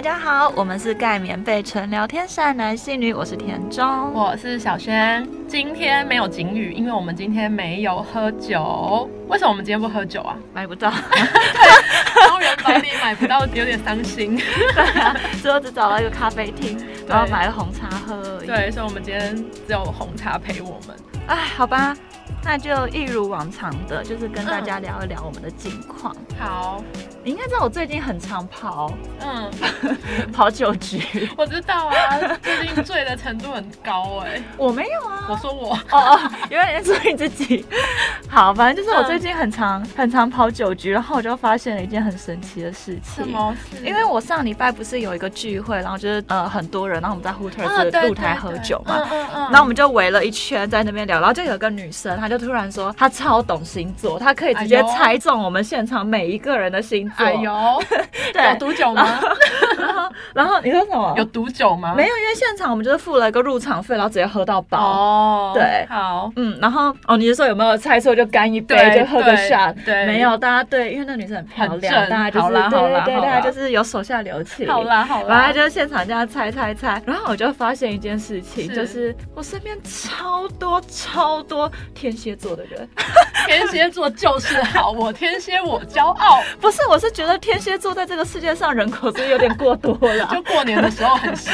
家好，我们是盖棉被纯聊天善男信女，我是田中。我是小轩，今天没有警语，因为我们今天没有喝酒。为什么我们今天不喝酒 啊？买不到，公园百里买不到，有点伤心。 对啊，最后只找到一个咖啡厅，然后买了红茶喝而已。，对，所以我们今天只有红茶陪我们。哎，好吧，那就一如往常的，就是跟大家聊一聊我们的近况。好，你应该知道我最近很常跑嗯，跑酒局，我知道啊，最近醉的程度很高哎、我没有啊。 我说我，哦哦，原来你在说你自 己。好，反正就是嗯我最近很常、很常跑酒局，然后我就发现了一件很神奇的事什情。么事？因为我上礼拜不是有一个聚会，然后就是呃很多人，然后我们在 Hooters 嗯的对露台对喝对酒嘛，嗯嗯嗯，然后我们就围了一圈在那边聊，然后就有个女生，她就突然说她超懂星座，她可以直接哎呦猜中我们现场每一个人的星座。哎呦，有 对，毒酒 吗？然后你说什么？有毒酒吗？没有？因为现场我们就是付了一个入场费，然后直接喝到饱。哦，对好，嗯，然后哦，你是说有没有猜错就干一杯，对就喝个对 shot？对没有，大家对，因为那女生很漂亮，很正大家就是好啦对好对啦对，好大啦家就是有手下留情。好啦好然后啦，就现场这样猜猜猜，然后我就发现一件事情，是就是我身边超多超多天蝎座的人， 天蝎座就是好，我天蝎我骄傲。不是，我是觉得天蝎座在这个世界上人口是有点过多 了，就过年的时候很闲，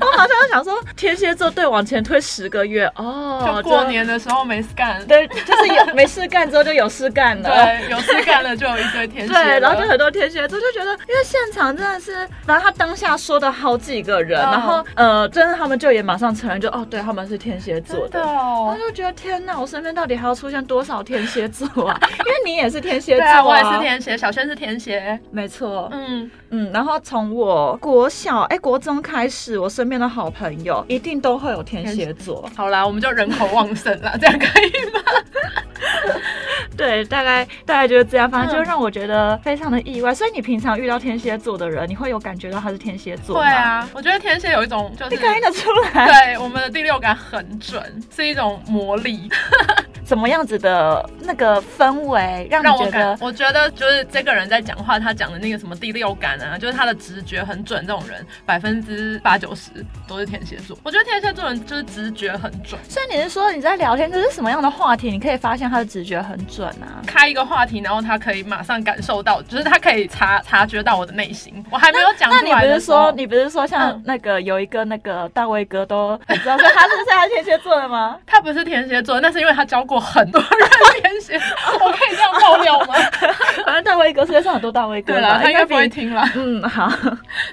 我好像想说天蝎座对往前推十个月 哦，就过年的时候没事干，对，就是有没事干之后就有事干了，对，有事干了就有一堆天 蝎了，对，然后就很多天蝎座就觉得，因为现场真的是，反正他当下说的好几个人，嗯然后呃，真的他们就也马上承认就，哦，对，他们是天蝎座真的的。我哦。就觉得天哪，我身边到底还要出现多少天蝎座啊？因为你也是天蝎对座、啊，我也是，天蝎，小轩是天蝎，没错，嗯，嗯。然后从我国小哎、国中开始，我身边的好朋友一定都会有天蝎座。好啦，我们就人口旺盛啦，这样可以吗？对，大概大概就是这样，反正嗯就让我觉得非常的意外。所以你平常遇到天蝎座的人，你会有感觉到他是天蝎座对吗？， 啊，我觉得天蝎有一种就是你。感应得出来。对，我们的第六感很准，是一种魔力，怎么样子的那个氛围，让让你我觉感得，我觉得就是这个人在讲话，他讲的那个什么第六感啊，就是他的直觉很准，这种人百分之八九十都是天蝎座。我觉得天蝎座人就是直觉很准，所以你是说你在聊天，就是什么样的话题，你可以发现他的直觉很准啊？开一个话题，然后他可以马上感受到，就是他可以察察觉到我的内心。我还没有讲那出你来不的是时候说，你不是说像嗯那个有一个那个大卫哥都很知道说他是不是他天蝎座的 ？吗他不是天蝎座，那是因为他教过很多人天蝎。我可以这样爆料吗？反正大卫哥世界上很多大卫哥 对吧，啦，他应该比不会。听 啦。嗯，好，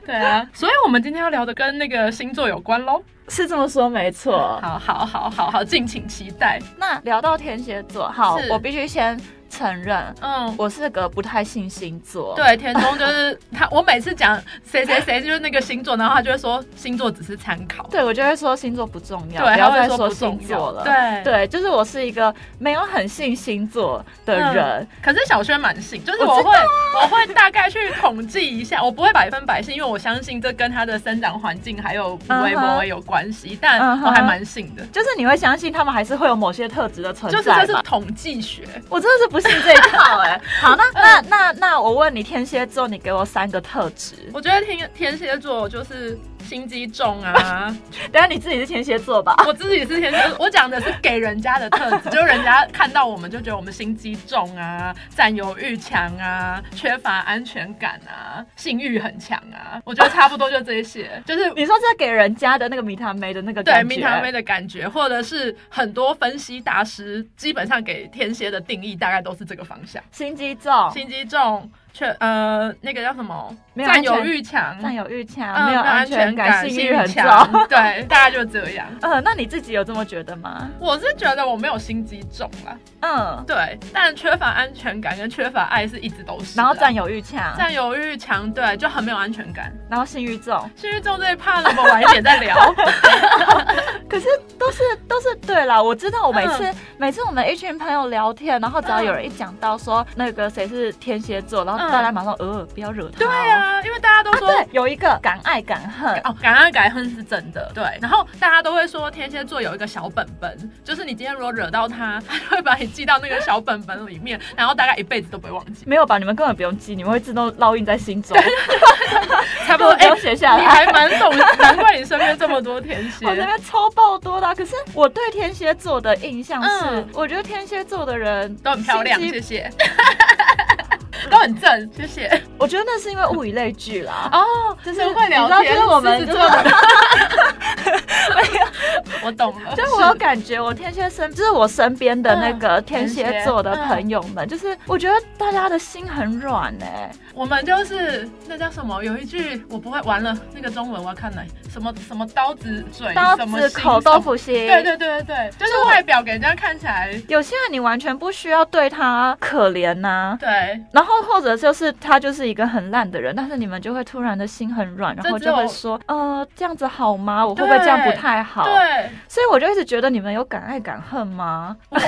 对啊，所以我们今天要聊的跟那个星座有关喽。是这么说没错。好好好好好，敬请期待。那聊到天蝎座，好，是我必须先承认，嗯。我是个不太信星座。对，田中就是他。我每次讲谁谁谁就是那个星座，然后他就会说星座只是参考。对，我就会说星座不重要，对，不他要会再说说不星重座要。了。对对，就是我是一个没有很信星座的嗯人，可是小轩蛮信，就是我我知道会我会大概去统计一下，我不会百分百信，因为我相信这跟他的生长环境还有微嗯博哼有关系，但嗯哼我还蛮信的。就是你会相信他们还是会有某些特质的存就是在这吧是统计学，我真的是不信这一套哎、 好，那那那那我问你，天蝎座，你给我三个特 质。我觉得天天蝎座就是心机 重啊，等一下你自己是天蝎座吧？ 我自己是天蝎，座，我讲的是给人家的特质，就是人家看到我们就觉得我们心机重啊，占有欲强啊，缺乏安全感啊，性欲很强啊，我觉得差不多就这些，就是你说这给人家的那个米塔梅的那个对感觉，蜜糖妹的感觉，或者是很多分析大师基本上给天蝎的定义，大概都是这个方向：心机重，心机重，却呃那个叫什么，没有占安全有欲强，占有欲强，嗯没有安全感，性欲很重。 强，对，大概就这样。嗯，那你自己有这么觉得吗？我是觉得我没有心机重啦，嗯，对，但缺乏安全感跟缺乏爱是一直都是啊。然后占有欲强，占有欲强，对，就很没有安全感。然后性欲 重， 心欲重这一趴呢，我们晚一点再聊。可是都是都是对啦，我知道，我每次、嗯每次我们一群朋友聊天，然后只要有人一讲到说那个谁是天蝎座，然后大家马上、呃不要惹他、对、啊，因为大家都啊说、对，有一个敢爱敢恨，哦，敢爱敢恨是真的，对。然后大家都会说天蝎座有一个小本本，就是你今天如果惹到他，他就会把你记到那个小本本里面，然后大概一辈子都不会 忘记。 没有吧？你们根本不用记，你们会自动烙印在心 中，差不根 本多，不哎、用写下你来。还蛮懂，难怪你身边这么多天 蝎我。这边超爆多的啊、可是我对天蝎座的印象是，嗯我觉得天蝎座的人都很漂亮，心机谢谢。 都很正，谢谢。我觉得那是因为物以类聚啦。 哦，就是真会聊你知天，道就是我们狮子就是座的。我懂了， 就是我有感觉，我天蝎身就是我身边的那个嗯天天蝎蝎座的朋友们，嗯就是我觉得大家的心很软哎、我们就是那叫什么？有一句我不会，完了那个中文我要看哪？什么什么刀子嘴，刀什么子心口豆。腐心。什么对对对对对，就是外表给人家看起来，有些人你完全不需要对他可怜啊呐、对，然后或者就是他就是一个很烂的人，但是你们就会突然的心很软，然后这只有就会说，呃，这样子好吗？我会不会这样不太好？对所以我就一直觉得你们有敢爱敢恨吗？我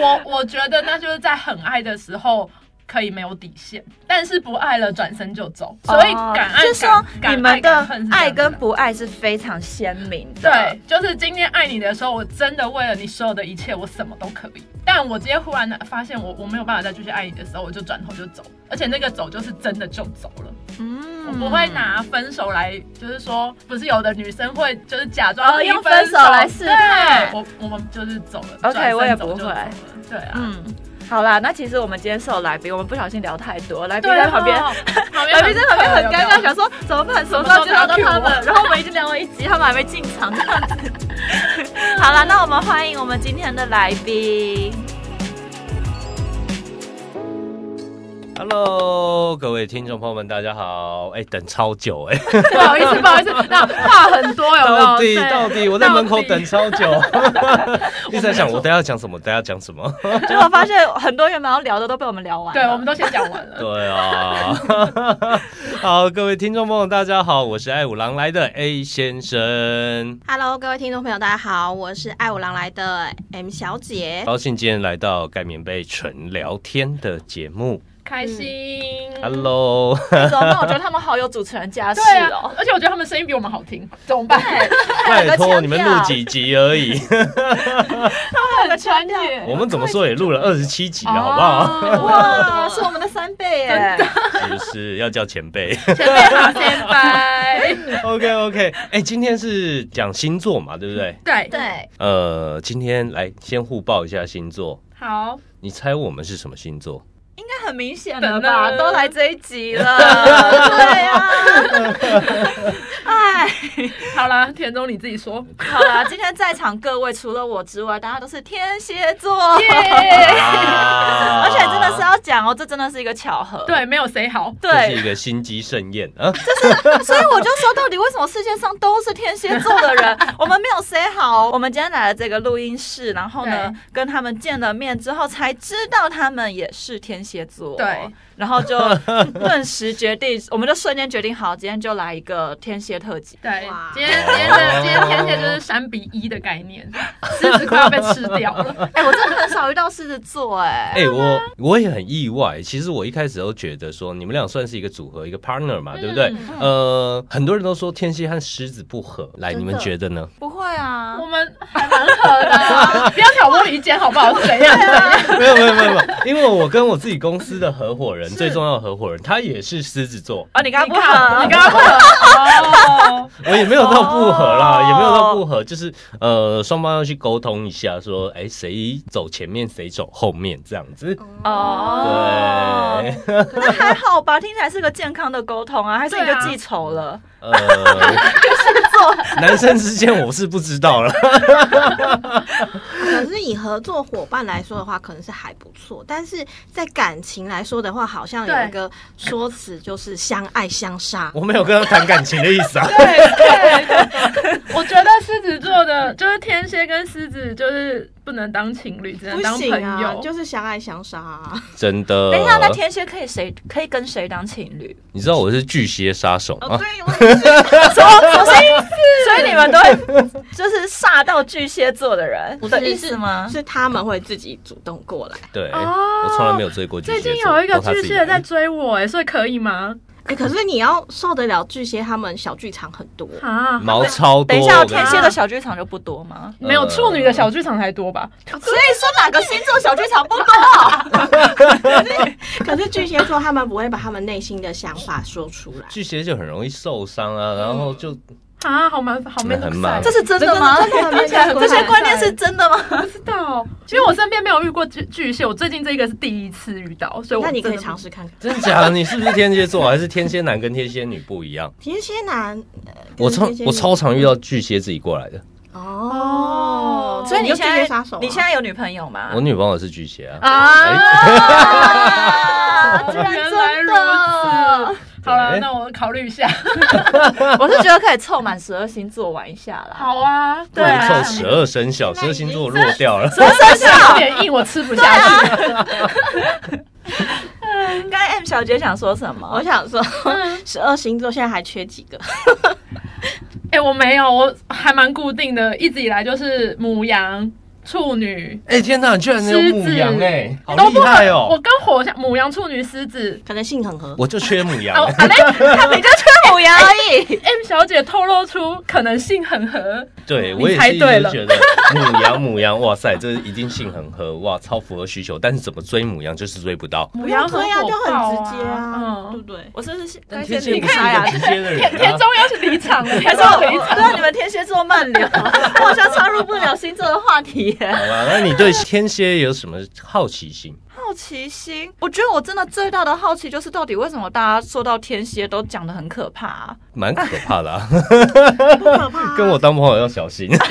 我我觉得那就是在很爱的时候。可以没有底线，但是不爱了转身就走，所以哦敢爱就是说敢你们敢的恨是这样爱子跟的不爱是非常鲜明的。对，就是今天爱你的时候，我真的为了你所有的一切，我什么都可以。但我今天忽然发现我我没有办法再继续爱你的时候，我就转头就走，而且那个走就是真的就走了，嗯我不会拿分手来，就是说，不是有的女生会就是假哦装一用分手来试探对我我们就是走了 OK，转身我也走不就走会了对啊。嗯，好啦，那其实我们今天受来宾，我们不小心聊太多，来宾对在旁边。哦，旁来宾在 旁边很尴尬，有没有想说怎么办？什么时候接到什么时候他到我们？然后我们已经 聊了一集，他们还没进场，这样子。好了，那我们欢迎我们今天的来宾。 Hello，各位听众朋友们，大家好！哎、等超久哎、不好意思，不好意思，那话很多，有没有？到底对到底我在门口到底等超久，一直在想我等一下讲什么，等一下讲什么。结果发现很多原本要聊的都被我们聊完了。对，我们都先讲完 了。对啊， 好，各位听众朋友，大家好，我是爱五郎来的 A 先生， Hello，各位听众朋友，大家好，我是爱五郎来的 M 小姐。高兴今天来到盖棉被纯聊天的节目。开心。 Hello，怎么办？我觉得他们好有主持人架势对啊哦，。而且我觉得他们声音比我们好听，怎么办？ 拜托你们录几集而已，他们的专专业业。我们怎么说也录了二十七集了，好不好？哦哇，是我们的三倍耶！是不是要叫前辈？前辈好，先拜。 OK OK，哎、今天是讲星座嘛，对不对？对，对，呃，今天来先互报一下星座，好，你猜我们是什么星座？应该很明显了吧？都来这一集 了，对啊呀、哎，好啦，田中你自己说。好啦，今天在场各位除了我之外，大家都是天蝎座，耶，而而且真的是要讲哦，这真的是一个巧合。 对，没有谁好。这是一对，个心机盛宴啊！ 所以我就说，到底为什么世界上都是天蝎座的 人？我们没有 say 好，我们今天来了这个录音室，然后呢，跟他们见了面之后，才知道他们也是天蝎座。对，然后就 顿时决定，我们就瞬间决定，好，今天就来一个天蝎特辑。对哇，今天今天的今天天蝎就是三比一的概念，狮子快要被吃掉 了。哎、我真的很少遇到狮子座、哎、哎、我我也很意外。其实我一开始都觉得说，你们俩算是一个组合，一个 partner 嘛，对不对？嗯呃，很多人都说天蝎和狮子不合，来，你们觉得呢？ 不会啊我，们还蛮合的啊， 不要挑拨离间好不好？是怎样？ 没有没有没有没有，因为我跟我自己公司的合伙人，最重要的合伙人，他也是狮子座，啊，你刚刚不你好，刚刚不合哦，我也没有到不和啦，哦也没有到不和，就是呃，双方要去沟通一下，说，哎、谁走前面，谁走后面，这样子。哦，对，那还好吧，听起来是个健康的沟通啊，还是你就记仇了？呃，男生之间我是不知道了，可是以合作伙伴来说的话，可能是还不错，但是在感情来说的话，好像有对一个说辞就是相爱相杀。 我没有跟他谈感情的意思啊。对对，我觉得狮子座的，就是天蝎跟狮子，就是不能当情侣，只能不当朋行啊友。，就是相爱相杀、啊。真的。等一下，那天蝎可以谁可以跟谁当情侣？你知道我是巨蟹杀手哦吗？对， 我也是。什哦 么所以所以你们都会就是煞到巨蟹座的人不是的意思吗？是他们会自己主动过来。对，哦我从来没有追过巨蟹最座。近有一个都他自巨己蟹在来追我，哎，所以可以吗？哎、可是你要受得了巨蟹，他们小剧场很多。啊，毛超多。等一下，我跟天你蝎的小剧场就不多吗？没有处女的小剧场还多吧？啊所以说哪个星座小剧场不多？啊可是巨蟹座他们不会把他们内心的想法说出来。巨蟹就很容易受伤啊，然后就啊，好麻烦，好没很 麻烦这是真的吗？真 的这些观念是真的吗？不知道，因为我身边没有遇过巨巨蟹，我最近这个是第一次遇到，所以我那你可真以的不尝试看看。真假的？你是不是天蝎座？还是天蝎男跟天蝎女不一样？天蝎男，呃我跟超天蝎女我超常遇到巨蟹自己过来的。哦，所以你就现巨蟹在杀手啊你现在有女朋友吗？我女朋友是巨蟹啊。啊。哎啊 居然原真来如的此，好了，对那我考虑一下。我是觉得可以凑满十二星座玩一下啦。好啊，对啊凑十二生肖，十二星座弱掉了。真啊的是有点硬，我吃不下去。刚才 M 小姐想说什么我？想说，十二星座现在还缺几个？哎、我没有，我还蛮固定的，一直以来就是母羊、处女、哎、天哪，你居然能有母羊哎、好都厉不合害我哦！跟火象、母羊、处女、狮子。可能性很合。我就缺母羊、欸哦，啊嘞 你就缺母羊而已。 M 小姐透露出可能性很合，对你我也猜是一对直了觉得母羊母羊，哇塞，这一定性很合，哇，超符合需求。但是怎么追母羊就是追不到。母不要羊很这样火就爆很直接啊，对嗯，不 对？我是不是但该天先蝎离不是开一呀个？直接的田人、田啊中。要去离场 了，还是田中我要离不场。知道你们天蝎座慢 聊，我好像插入不了星座的话题耶。好吧，那你对天蝎有什么好奇心？好奇心，我觉得我真的最大的好奇就是，到底为什么大家说到天蝎都讲的很可怕、啊？蛮可怕的、啊， 不可怕啊。跟我当朋友要小心。啊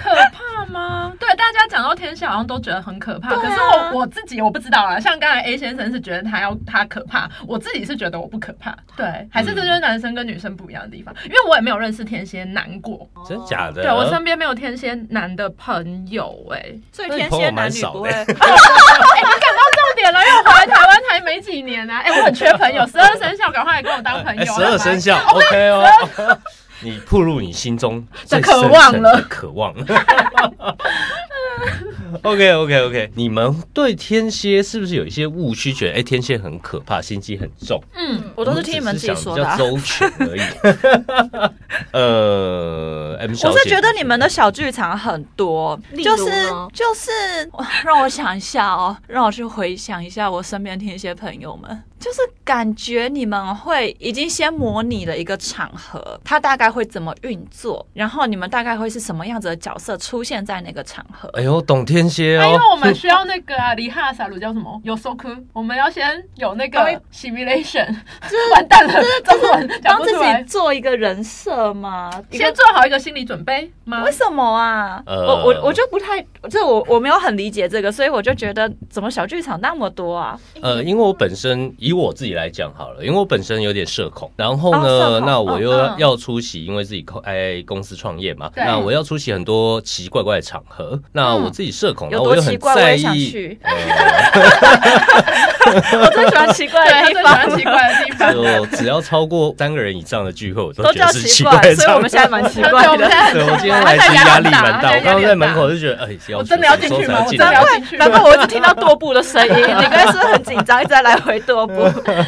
可怕吗？对，大家讲到天蝎好像都觉得很可怕，对可啊是我我自己我不知道啦。像刚才 A 先生是觉得他要他可怕，我自己是觉得我不可怕。对，还是这就是男生跟女生不一样的地方，嗯因为我也没有认识天蝎男过。真假的？对我身边没有天蝎男的朋友哎、所以那你天朋友蝎蛮男女少不的会，哎、你感到重点了，因为我回来台湾才没几年啊，哎、我很缺朋 友，十二生肖赶快来跟我当朋友。哎十二 生肖好吧，OK 哦。你暴露你心中最的渴深望层了的渴望。OK OK OK，你们对天蝎是不是有一些误区？觉得哎、天蝎很可怕，心机很重。嗯， 我都是听你们自己说的、 我啊。们只是想比较周 全而已。呃，M 小我姐，是觉得你们的小剧场很多，例就如是呢就是，让我想一下哦，让我去回想一下我身边天蝎朋友们，就是感觉你们会已经先模拟了一个场合，它大概会怎么运作，然后你们大概会是什么样子的角色出现在那个场合。哎呦，懂天蝎那因哦为。我们需要那个啊，里哈萨鲁叫什么？有 so cool，我们要先有那个 simulation，完 蛋了，中文帮讲不自出己来。做一个人设吗？一先个做好一个心理准备吗为？什么啊？呃我我我就不太，这我我没有很理解这个，所以我就觉得怎么小剧场那么多啊？呃，因为我本身以我自己来讲好了，因为我本身有点社恐，然后呢，哦社恐那我又嗯嗯要出席，因为自己公哎公司创业嘛，对那我要出席很多奇奇怪怪的场合，那我自己社恐，有哦然后我多又奇很怪，我在也想意。去。 呃我最喜欢奇怪 对，的他地最喜方，欢奇怪的地方。就只要超过三个人以上的聚会，我都都觉叫得是奇怪怪，的所以我场合们。现在蛮奇对，我怪们 现的。在 对，我 今天他来现在是压压力力蛮很大，大我刚刚在门口他就觉得，哎，我真的要进去吗？我真的来要进进去吗难？怪我一直听到踱步的声音，你刚才是不是很紧张，一直在来回踱步？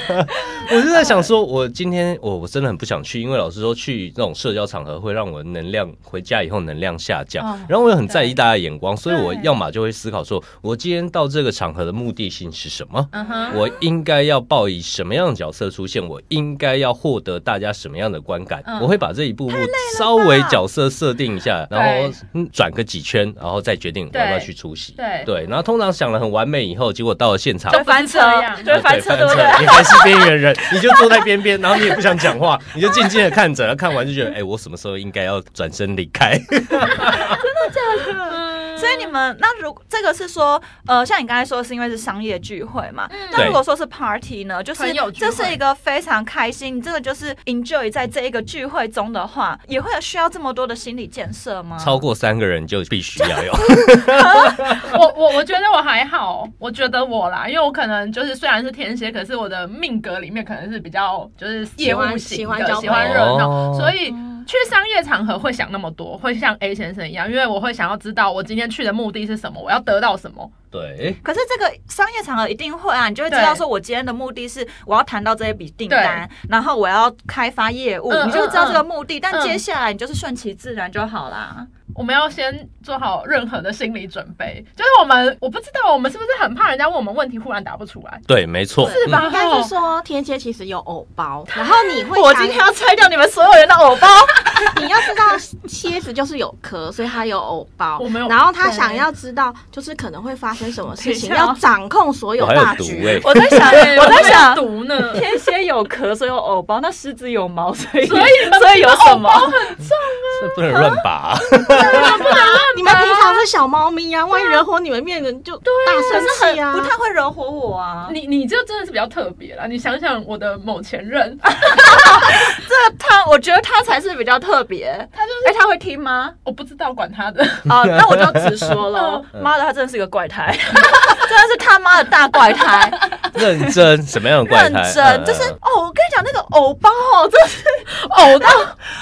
我是在想说，我今天我我真的很不想去，因为老师说去那种社交场合会让我能量回家以后能量下降，嗯然后我又很在意大家的眼光，所以我对要么就会思考说，我今天到这个场合的目的性是什么。嗯哼，我应该要报以什么样的角色出现？我应该要获得大家什么样的观感？嗯我会把这一步步稍微角色设定一下，对然后嗯转个几圈，然后再决定我要不要对去出席。对对，然后通常想了很完美以后，结果到了现场都就翻车啊都不是这，样就翻车，对不人，你还是边缘人，你就坐在边边，然后你也不想讲话，你就静静的看着，然后看完就觉得，哎、我什么时候应该要转身离开？所以你嗯们那如这个是说，呃，像你刚才说的是因为是商业聚会嘛？那如果说是 party 呢，就是朋嗯友聚这会是一个非常开心，你真的就是 enjoy 在这一个聚会中的话，也会有需要这么多的心理建设吗？超过三个人就必须 要有。我我我觉得我还好，我觉得我啦，因为我可能就是虽然是天蝎，可是我的命格里面可能是比较就是业务型的，喜喜欢喜欢交朋友嗯欢热闹，哦所以。去商业场合会想那么多，会像 A 先生一样，因为我会想要知道我今天去的目的是什么，我要得到什么。对，可是这个商业场合一定会啊，你就会知道说，我今天的目的是我要谈到这一笔订单，然后我要开发业务，嗯你就会知道这个目的。但嗯接下来你就是顺其自然就好啦。我们要先做好任何的心理准备，就是我们我不知道我们是不是很怕人家问我们问题忽然答不出来，对，没错。是吧？应该是说天蝎其实有偶包，然后你会我想今天要拆掉你们所有人的偶包， 你要知道，蝎子就是有壳，所以它有偶包。我没有然后他想要知道，就是可能会发生什么事情，等一下哦要掌控所有我还有大毒局。哎、我在 想，对我在想，毒呢，天蝎有壳，所以有偶包；那狮子有毛， 所以所以所以有什么？嗯这不能乱 拔、你们平常是小猫咪啊，万一惹火你们面人就大可是生气啊很不。太会惹火我啊！你你你这真的是比较特别啦。你想想我的某前任， 这个他，我觉得他才是比较特别。他就是哎、他会听 吗？我不知道管他的，啊，那我就直说 了，妈的，他真的是个怪胎， 真的是他妈的大怪胎，认真，什么样的怪认胎？真就是嗯嗯嗯哦，我跟你讲那个偶包哦，真的是偶 到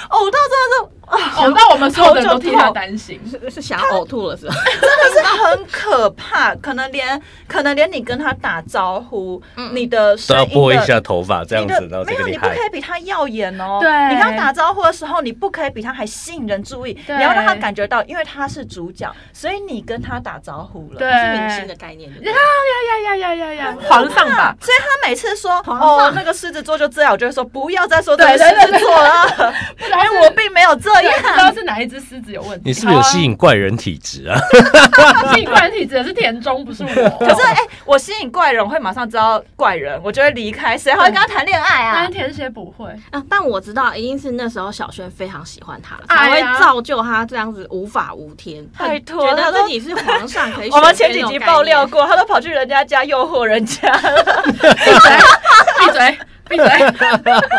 偶到真的是哦，那我 们所有的人都替他担心。是是想要呕吐了是吧？真的是很可怕，可能连可能连你跟他打招呼，你的都声要音拨一的下头发这样你子的，然后没这个有，厉你不害可。以比他耀眼哦。对你跟他打招呼的时候，你不可以比他还吸引人注意，对你要让他感觉到，因为他是主角，所以你跟他打招呼了。对， 是明星的概念。对不 对呀呀呀呀呀， 皇上吧，啊所以他每次说皇上哦那个狮子座就这样，我就会说不要再说这个对对狮对子座 了，然哎我并没有这对，不知道样。是哪一只狮子有问题。你是不是有吸引怪人体质啊？ 好啊？吸引怪人体质的是田中，不是我。 可是哎、我吸引怪人，我会马上知道怪人，我就会离开，谁还会跟他谈恋爱但啊是？天蝎不会，啊，但我知道一定是那时候小轩非常喜欢他了，才哎会呀造就他这样子无法无天，拜托觉他得都自己是皇上可以 选。我们前几集爆料，过，他都跑去人家家诱惑人家，闭嘴，闭嘴，闭嘴。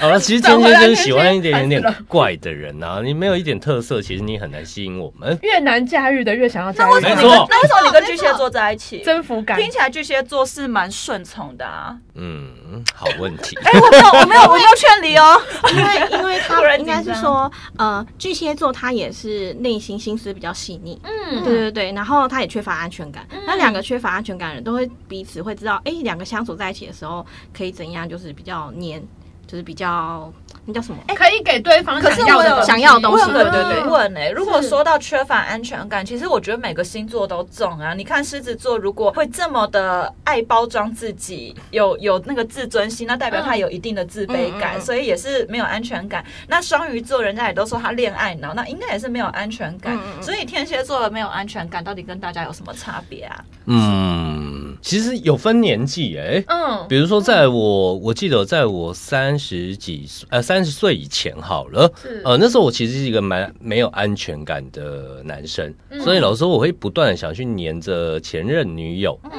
好了，其实天转回蝎来就天是喜蝎欢一点烦有死点了怪的人啊，你没有一点特色，其实你很难吸引我们。越难驾驭的越想要驾那为驭什么你它，没跟错那为什么你跟巨蟹座在一起？征服感。听起来巨蟹座是蛮顺从的啊。嗯，好问题。哎、我没有，我没有，我没有劝你哦。因为因为 突他然应紧该是张说，呃，巨蟹座他也是内心心思比较细腻，嗯对对对，然后他也缺乏安全感。嗯那两个缺乏安全感的人都会彼此会知道，哎，两个相处在一起的时候可以怎样，就是比较黏，就是比较那叫什么？可以给对方可是想要我的有东西想要的东我西有个对对疑对问哎、如果是说到缺乏安全感，其实我觉得每个星座都重啊。你看狮子座如果会这么的爱包装自己，有有那个自尊心，那代表他有一定的自卑感，嗯嗯嗯所以也是没有安全感。那双鱼座人家也都说他恋爱脑，那应该也是没有安全感。嗯嗯嗯所以天蝎座的没有安全感，到底跟大家有什么差别啊？嗯，其实有分年纪哎、嗯比如说，在我我记得，在我三十几岁呃三十岁以前好了，嗯是呃那时候我其实是一个蛮没有安全感的男生，嗯所以老实说我会不断的想去黏着前任女友，嗯。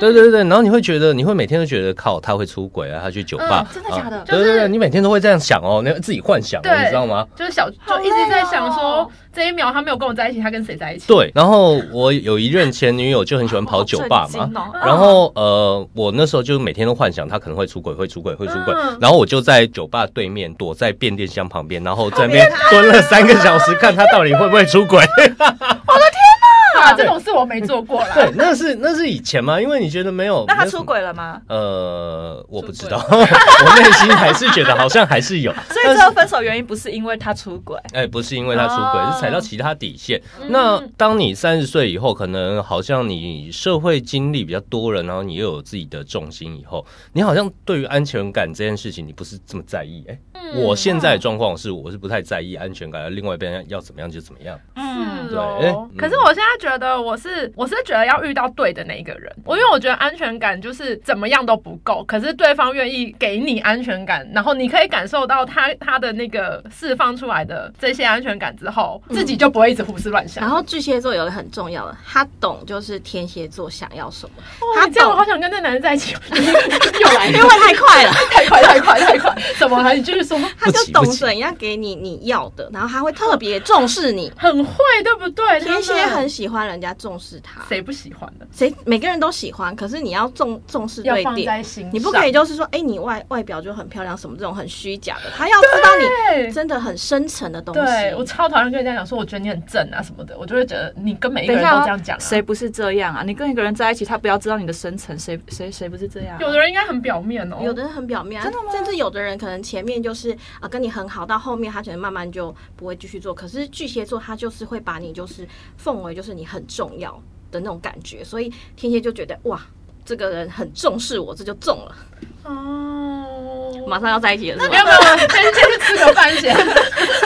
对对对，然后你会觉得你会每天都觉得靠他会出轨啊，他去酒吧，嗯真的假的啊就是对对对，你每天都会这样想哦，那自己幻想哦，对你知道吗？就是小好就累一直在想哦说这一秒他没有跟我在一起，他跟谁在一起？对，然后我有一任前女友就很喜欢跑酒吧哦嘛，嘛然后呃，我那时候就每天都幻想他可能会出轨，会出轨，会出轨。嗯然后我就在酒吧对面，躲在变电箱旁边，然后在那边蹲了三个小时，看他到底会不会出 轨。啊，这种事我没做过啦。对，那是那是以前嘛，因为你觉得没有，那他没有什出么。轨了吗？呃，我不知道， 我内心还是觉得好像还是有，所以最后分手原因不是因为他出轨，哎，不是因为他出轨，哦是踩到其他底线。嗯嗯那当你三十岁以后，可能好像你社会经历比较多了，然后你又有自己的重心以后，你好像对于安全感这件事情，你不是这么嗯在意。哎、我现在的状况是，我是不太在意安全感，另外一边要怎么样就怎么样。嗯嗯是对哦嗯。可是我现在觉得我是我是觉得要遇到对的那一个人，我因为我觉得安全感就是怎么样都不够，可是对方愿意给你安全感，然后你可以感受到他他的那个释放出来的这些安全感之后，自己就不会一直胡思乱想。嗯然后巨蟹座有个很重要的，他懂就是天蝎座想要什么，哇他这样我懂好想跟那男人在一起， 又来因为太快了，太快太快太快，怎么了？你继续说。他就懂不急怎样给你你要的，然后他会特别重视你。很会，对不对？天蝎他们很喜欢人家重视他，谁不喜欢的？谁每个人都喜欢，可是你要重重视要对放在点，心上，你不可以就是说，哎、你外外表就很漂亮什么这种很虚假的，他要知道你对真的很深层的东西。对我超讨厌跟人家讲说，我觉得你很正啊什么的，我就会觉得你跟每一个等一人下哦，都这样讲、啊。谁不是这样啊？你跟一个人在一起，他不要知道你的深层，谁谁谁不是这样啊、有的人应该很表面哦，有的人很表面、啊，真的吗甚至有的人可能前面就是啊、呃跟你很好，到后面他可能慢慢就不会继续做。可是巨蟹座他就是会把你就是奉为就是你很重要的那种感觉，所以天蝎就觉得哇，这个人很重视我，这就中了，哦，马上要在一起了，是没有吗？没有，我先先去吃个饭先，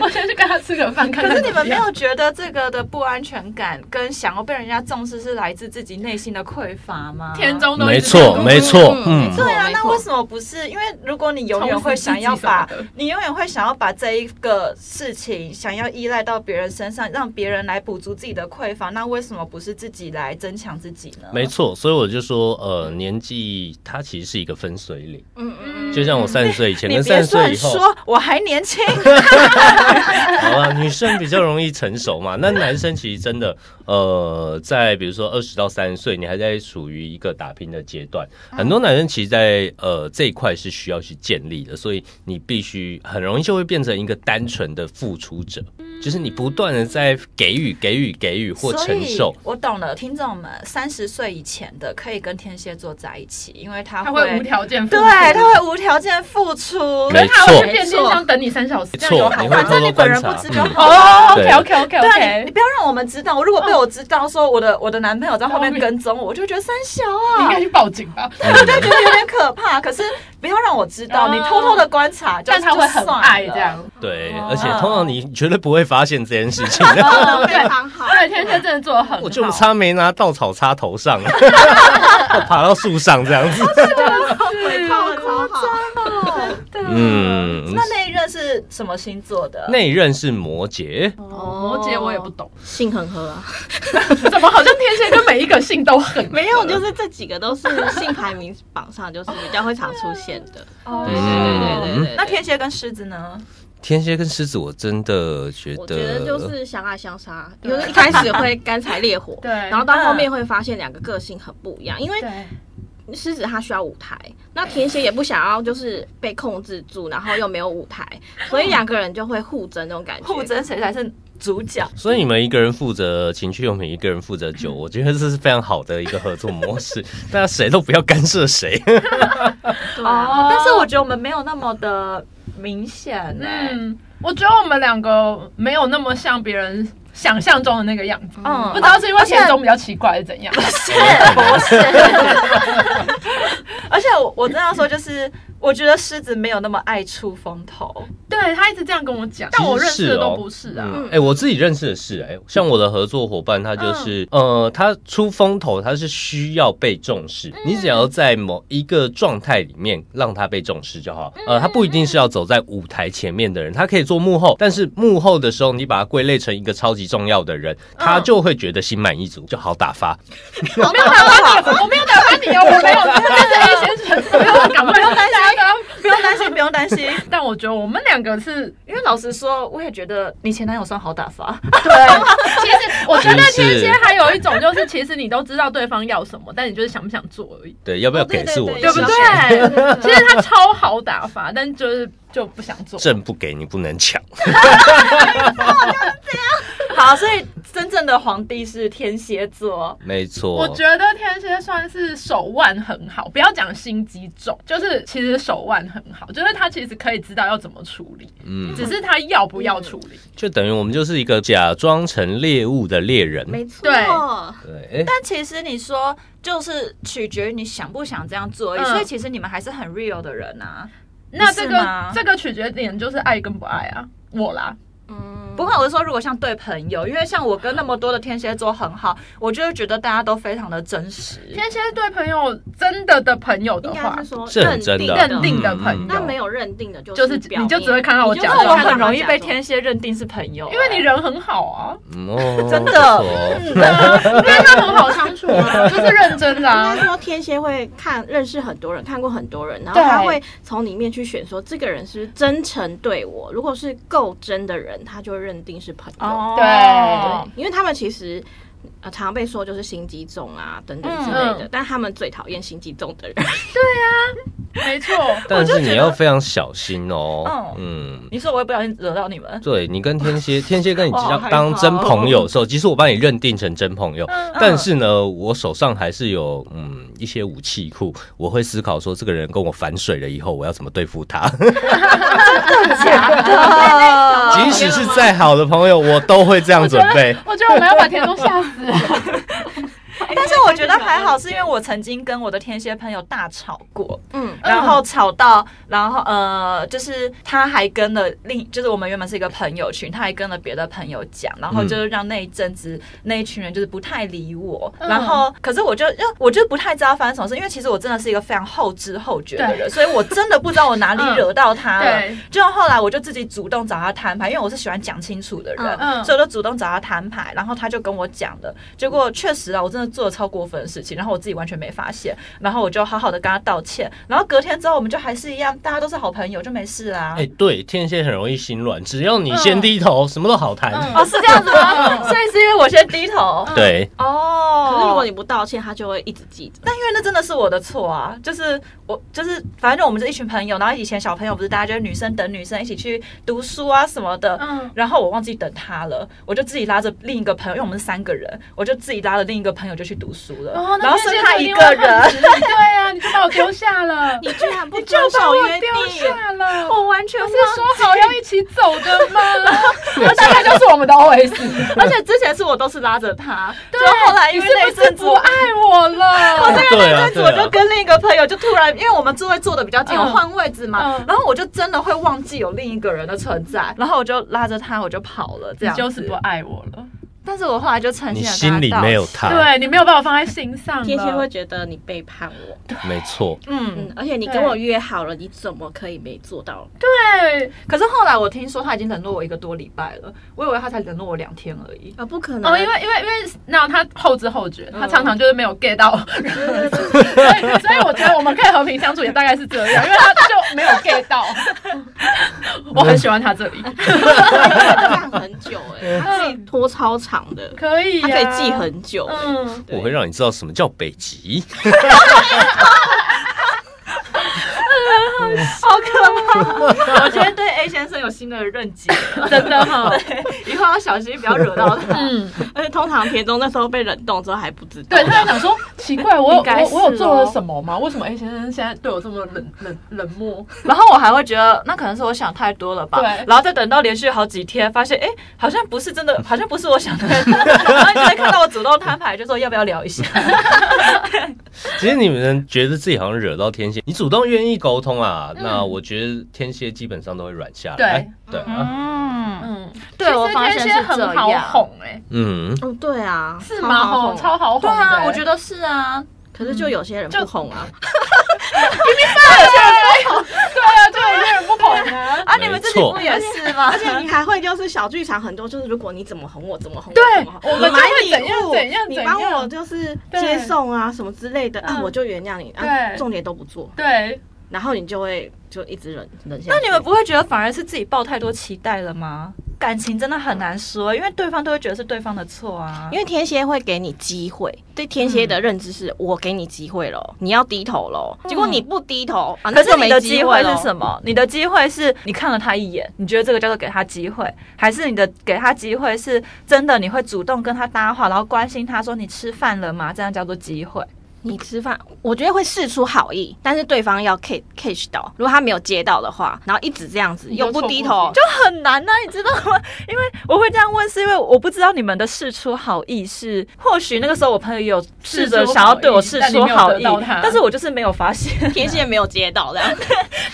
我先去跟他吃个饭看可看是怎么样。你们没有觉得这个的不安全感跟想要被人家重视是来自自己内心的匮乏吗？田中都没一直错，讲没错，嗯嗯没，错啊对啊，没那错为什么不是？因为如果你永远从会事想自要己把什么的你永远会想要把这一个事情想要依赖到别人身上，让别人来补足自己的匮乏，那为什么不是自己来增强自己呢？没错。所以我就说，呃，嗯年纪它其实是一个分水岭，嗯嗯就像我三十岁以 前你跟别三十岁乱以后，说，我还年轻。好吧，女生比较容易成熟 嘛。那男生其实真的，呃，在比如说二十到三十岁，你还在处于一个打拼的阶段，嗯很多男生其实在呃这一块是需要去建立的，所以你必须很容易就会变成一个单纯的付出者，嗯就是你不断的在给予、给予、给予或所承以受。我懂了，听众们，三十岁以前的可以跟天蝎座在一起，因为他他会无条件付出对，他会无条件付出。可没是他会去错便利商等你三小时，没这样有错，好你吗会反偷正偷你本观人察不。知就好。 哦对，OK OK OK 对啊，你 OK，你不要让我们知道。如果被我知道说我的、我的男朋友在后面跟踪我，我就觉得三小你应啊该，去报警吧。嗯就觉得有点可怕。可是不要让我知道，哦你偷偷的观察就，但他会很就算爱了这样。。 对，哦而且通常你绝对不会发现这件事 情的。嗯，非常好。对，天蝎真的做的很好，我就差没拿稻草插头 上，爬到树上这样子。回报超好，嗯，啊那那一任是什么星座的？那一任是摩羯，摩羯我也不懂，性很合啊， 怎么好像天蝎跟每一个姓都很没有，就是这几个都是性排名榜上就是比较会常出现的。哦嗯对对对对对，那天蝎跟狮子呢？天蝎跟狮子，我真的觉得，我觉得就是啊相爱相杀，对就是一开始会干柴烈火，对然后到后面会发现两个个性很不一样，因为对，狮子它需要舞台，那天蝎也不想要就是被控制住，然后又没有舞台，所以两个人就会互争那种感觉。互争谁才是主角？所以你们一个人负责情趣用品，一个人负责酒，我觉得这是非常好的一个合作模式，大家谁都不要干涉谁。对啊，哦，但是我觉得我们没有那么的明显欸呢、 嗯，我觉得我们两个没有那么像别人想象中的那个样子，嗯不知道是因为田中比较奇怪，还是怎样？是不 是？而且我我真的要说，就是我觉得狮子没有那么爱出风头， 对他一直这样跟我讲，但我认识的都不是哎、啊。嗯我自己认识的是、哎，像我的合作伙伴，他嗯就是、呃，他出风头，他是需要被重视。嗯你只要在某一个状态里面让他被重视就好。嗯呃，他不一定是要走在舞台前面的人，他可以做幕后，但是幕后的时候，你把他归类成一个超级重要的人，嗯他就会觉得心满意足，就好打发。我没有打翻 你，我没有打翻你哦，我没有，这 是 A 先生，没有，赶快大家赶快不用担心，不用担心。但我觉得我们两个是因为老实说，我也觉得你前男友算好打发，对，其实我觉得天蝎是还有一种就是，其实你都知道对方要什么，但你就是想不想做而已，对，要不要给是我的哦对事不情，对？其实他超好打发，但就是就不想做。朕不给你不能抢。好，所以真正的皇帝是天蝎座，没错，我觉得天蝎算是手腕很好，不要讲心机重，就是其实手腕很好，就是他其实可以知道要怎么处理，嗯，只是他要不要处理。就等于我们就是一个假装成猎物的猎人。没错，对对，哎但其实你说就是取决于你想不想这样做而已，嗯所以其实你们还是很 real 的人啊。那这是吗个这个取决点就是爱跟不爱啊，我啦，嗯，不过我是说，如果像对朋友，因为像我跟那么多的天蝎座很好，我就会觉得大家都非常的真实。天蝎对朋友真的的朋友的应该话是，说是很真的，哦啊嗯认定的朋友那没有认定嗯的，就就是表你就面只会看到我你就假因装为我看到很他容易假被装天蝎认定是朋友啊，因为你人很好啊，嗯 哦，真的不错对啊，那很好相处 啊，就是认真的啊应该。说天蝎会看认识很多人，看过很多人，然后他对会从里面去选说这个人是不是真诚对我，如果是够真的人，他就认定是朋友。哦，对因为他们其实。呃，常被说就是心机重啊等等之类的，但他们最讨厌心机重的人。没错，但是你要非常小心哦嗯。嗯，你说我会不小心惹到你们，对你跟天蝎，天蝎跟你我好当害怕当真哦朋友的时候，其实我把你认定成真朋友，嗯但是呢，我手上还是有嗯一些武器库，我会思考说这个人跟我反水了以后，我要怎么对付 他。啊即使是再好的朋友，我都会这样准备。哦我觉得我们要把田中吓死了。但是我觉得还 好，是因为我曾经跟我的天蝎朋友大吵过，嗯，然后吵到，然后呃，就是他还跟了另，就是我们原本是一个朋友群，他还跟了别的朋友讲，然嗯后就是让那一阵子那一群人就是不太理我，嗯然后可是我就因为我就不太知道发生什么事，因为其实我真的是一个非常后知后觉的人，所以我真的不知道我哪里嗯惹到他了。 对，就后来我就自己主动找他摊牌，因为我是喜欢讲清楚的人，嗯嗯所以我就主动找他摊牌，然后他就跟我讲了。结果确实啊，我真的做了超过分的事情，然后我自己完全没发现，然后我就好好的跟他道歉，然后隔天之后我们就还是一样，大家都是好朋友，就没事啦。哎、对，天蝎很容易心软，只要你先低头，什么都好谈。嗯哦，是这样子吗？所以是因为我先低头。对，哦，可是如果你不道歉，他就会一直记着。但因为那真的是我的错啊，就是我就是反正我们是一群朋友，然后以前小朋友不是大家就是女生等女生一起去读书啊什么的，嗯，然后我忘记等他了，我就自己拉着另一个朋友，因为我们是三个人，我就自己拉着另一个朋友就去读书了，哦然那后天剩蝎他座一定个会很人， 直对啊，你就把我丢下了，你居然不就遵把守我约丢定，哦下了。我完全不忘是说好要一起走的吗？我大概就是我们的 OS。而且之前是我都是拉着他，就对，后来因为那你一是不是阵子不爱我 了？对啊，但是对我就啊。跟另一个朋友就突然，因为我们座位坐的比较近，嗯我换位置嘛，嗯然后我就真的会忘记有另一个人的存在，然后我就拉着他，我就跑了，这你样子就是不爱我了，但是我后来就诚你心的心里没有，他，对你没有把我放在心上了。天蝎会觉得你背叛我。没错。嗯嗯，，而且你跟对我约好了，你怎么可以没做到？对，可是后来我听说他已经冷落我一个多礼拜了，我以为他才冷落我两天而已。啊，不可能！哦，因 为因为因为那他后知后觉，他嗯常常就是没有 get 到，所以 所以我觉得我们可以和平相处，也大概是这样，因为他就没有 get 到。我很喜欢他这里，嗯看很久哎，他自己拖超长的，可以、他啊，可以记。很久欸。嗯，对我会让你知道什么叫北极， 好可怕！我今天对 A 先生有新的认解，真的哈、以后要小心不要惹到他。 嗯，而且通常田中那时候被冷冻之后还不知 道，对，他就 想说奇怪，我有应该我是哦我有做了咯什么吗？为什么 A 先生现在对我这么冷冷冷漠？然后我还会觉得那可能是我想太多了吧对，然后再等到连续好几天，发现哎、诶好像不是真的，好 像不是我想的，然后你就会看到我主动摊牌，就说要不要聊一下。其实你们觉得自己好像惹到天蝎，你主动愿意沟通啊，嗯那我觉得天蝎基本上都会软下来。对啊，嗯，嗯， 对我其发实现天是蝎很好这样哄哎、嗯，哦，对啊， 是吗？好吼，超嗯哄。好哄对的欸、啊，我觉得是啊，可是就有些人不哄啊，对啊，就有些人不哄 啊。啊，你们自己不也是吗 而？且你还会就是小剧场很多，就是如果你怎么哄我，怎么哄我，对怎么哄我们就买会礼怎样物怎样你怎帮样我就是对接送啊什么之类的啊，嗯我就原谅你啊，对重点都不做，对，然后你就会就一直忍忍下去。那你们不会觉得反而是自己抱太多期待了吗？感情真的很难说，因为对方都会觉得是对方的错啊。因为天蝎会给你机会，对天蝎嗯的认知是、我给你机会了，你要低头喽。结果你不低头，啊，嗯可那是就你没的机会哦咯是什？么？你的机会是你看了他一眼，你觉得这个叫做给他机会，还是你的给他机会是真的？你会主动跟他搭话，然后关心他说你吃饭了吗？这样叫做机会。你吃饭，我觉得会试出好意，但是对方要 catch catch 到，如果他没有接到的话，然后一直这样子你就又不低错过头机，就很难呐、你知道吗？因为我会这样问，是因为我不知道你们的事出好意是，或许那个时候我朋友有试着想要对我示出好但你意，没有得到他但是我就是没有发现。天线没有接到的。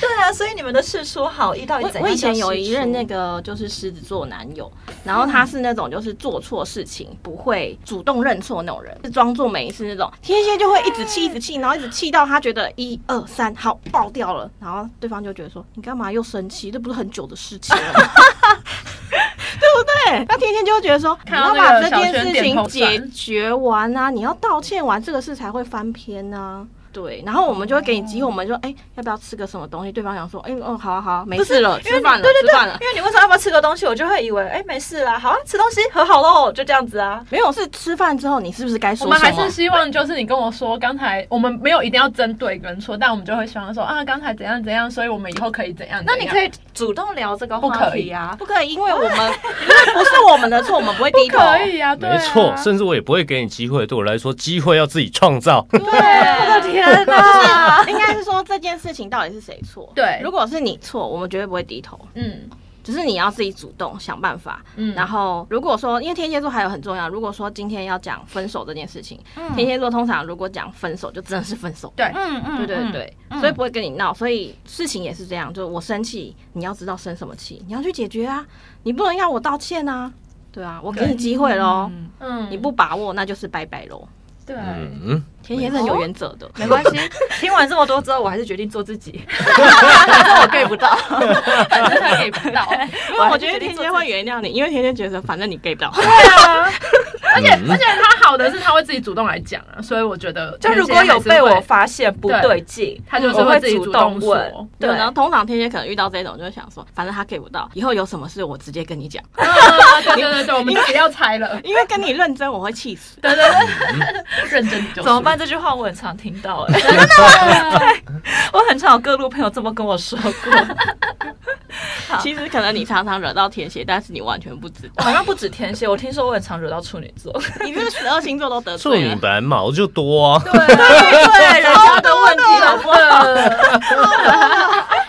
对啊，所以你们的示出好意到底我怎样我以叫前有示一出任那个就是狮子座男友，然嗯后他是那种就是做错事情不会主动认错那种人，是装作没事那种。天蝎就会一直气一直气，然后一直气到他觉得一二三好爆掉了，然后对方就觉得说你干嘛又生气？这不是很久的事情了吗。 对不对？那天天就会觉得说，你看到要那把个这小件圈事点情头解转决完啊，你要道歉完，这个事才会翻篇啊。对，然后我们就会给你机会，我们就说，哎、要不要吃个什么东西？对方想说，哎、哦，好啊，好啊，没事了，因为吃你饭了，对对吃饭了。对，因为你问说要不要吃个东西，我就会以为哎、没事啦，好啊，吃东西 和好喽，就这样子啊。没有，是吃饭之后你是不是该我说们什还是么？希望，就是你跟我说，刚才我们没有一定要针对跟错，但我们就会希望说啊，刚才怎样怎样，所以我们以后可以怎样那你可以以主动聊这个不话可以题啊。不可以，因为我们因为不是我们的错，我们不会低头。可以啊，对啊没错，甚至我也不会给你机会。对我来说，机会要自己创造。对，我的天哪！应该是说这件事情到底是谁错？对如果是你错，我们绝对不会低头。 嗯只是你要自己主动想办法。嗯，然后，如果说因为天蝎座还有很重要，如果说今天要讲分手这件事情，天蝎座通常如果讲分手，就真的是分手。对嗯嗯对对对，所以不会跟你闹，所以事情也是这样，就是我生气，你要知道生什么气，你要去解决啊，你不能要我道歉啊，对啊，我给你机会哦喽，嗯你不把握那就是拜拜喽。对，嗯，天蝎是很有原则的，没关系， 听完这么多之后，我还是决定做自己。我 get 不到，反正他给不到，因为我觉得天蝎会原谅你，因为天蝎觉得反正你 get 不到。对啊，而且嗯而且他好的是他会自己主动来讲啊，所以我觉得就如果有被天蝎还是我会发现不对劲，他就是我会会自己主主动动说问。对，对，然后通常天蝎可能遇到这种，就会想说，反正他 get 不到，以后有什么事我直接跟你讲， 啊对对对对，我们不要猜了，因为跟你认真我会气死。对对对， 认真就怎么办？是？这句话我很常听到、哎， 我很常有各路朋友这么跟我说过。其实可能你常常惹到天蝎，但是你完全不知我 道，好像不止天蝎，我听说我很常惹到处女座。你是不是十二星座都啊得处罪啊女了。本来毛就多啊。对，人家的问题好不好？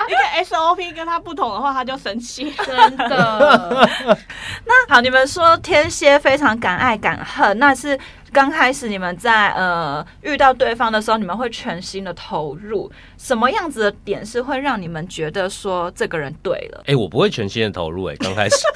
一个 SOP 跟他不同的话，他就生气。真的，好，你们说天蝎非常敢爱敢恨，那是刚开始你们在呃遇到对方的时候，你们会全心的投入，什么样子的点是会让你们觉得说这个人对了？哎、我不会全心的投入、哎，刚开始。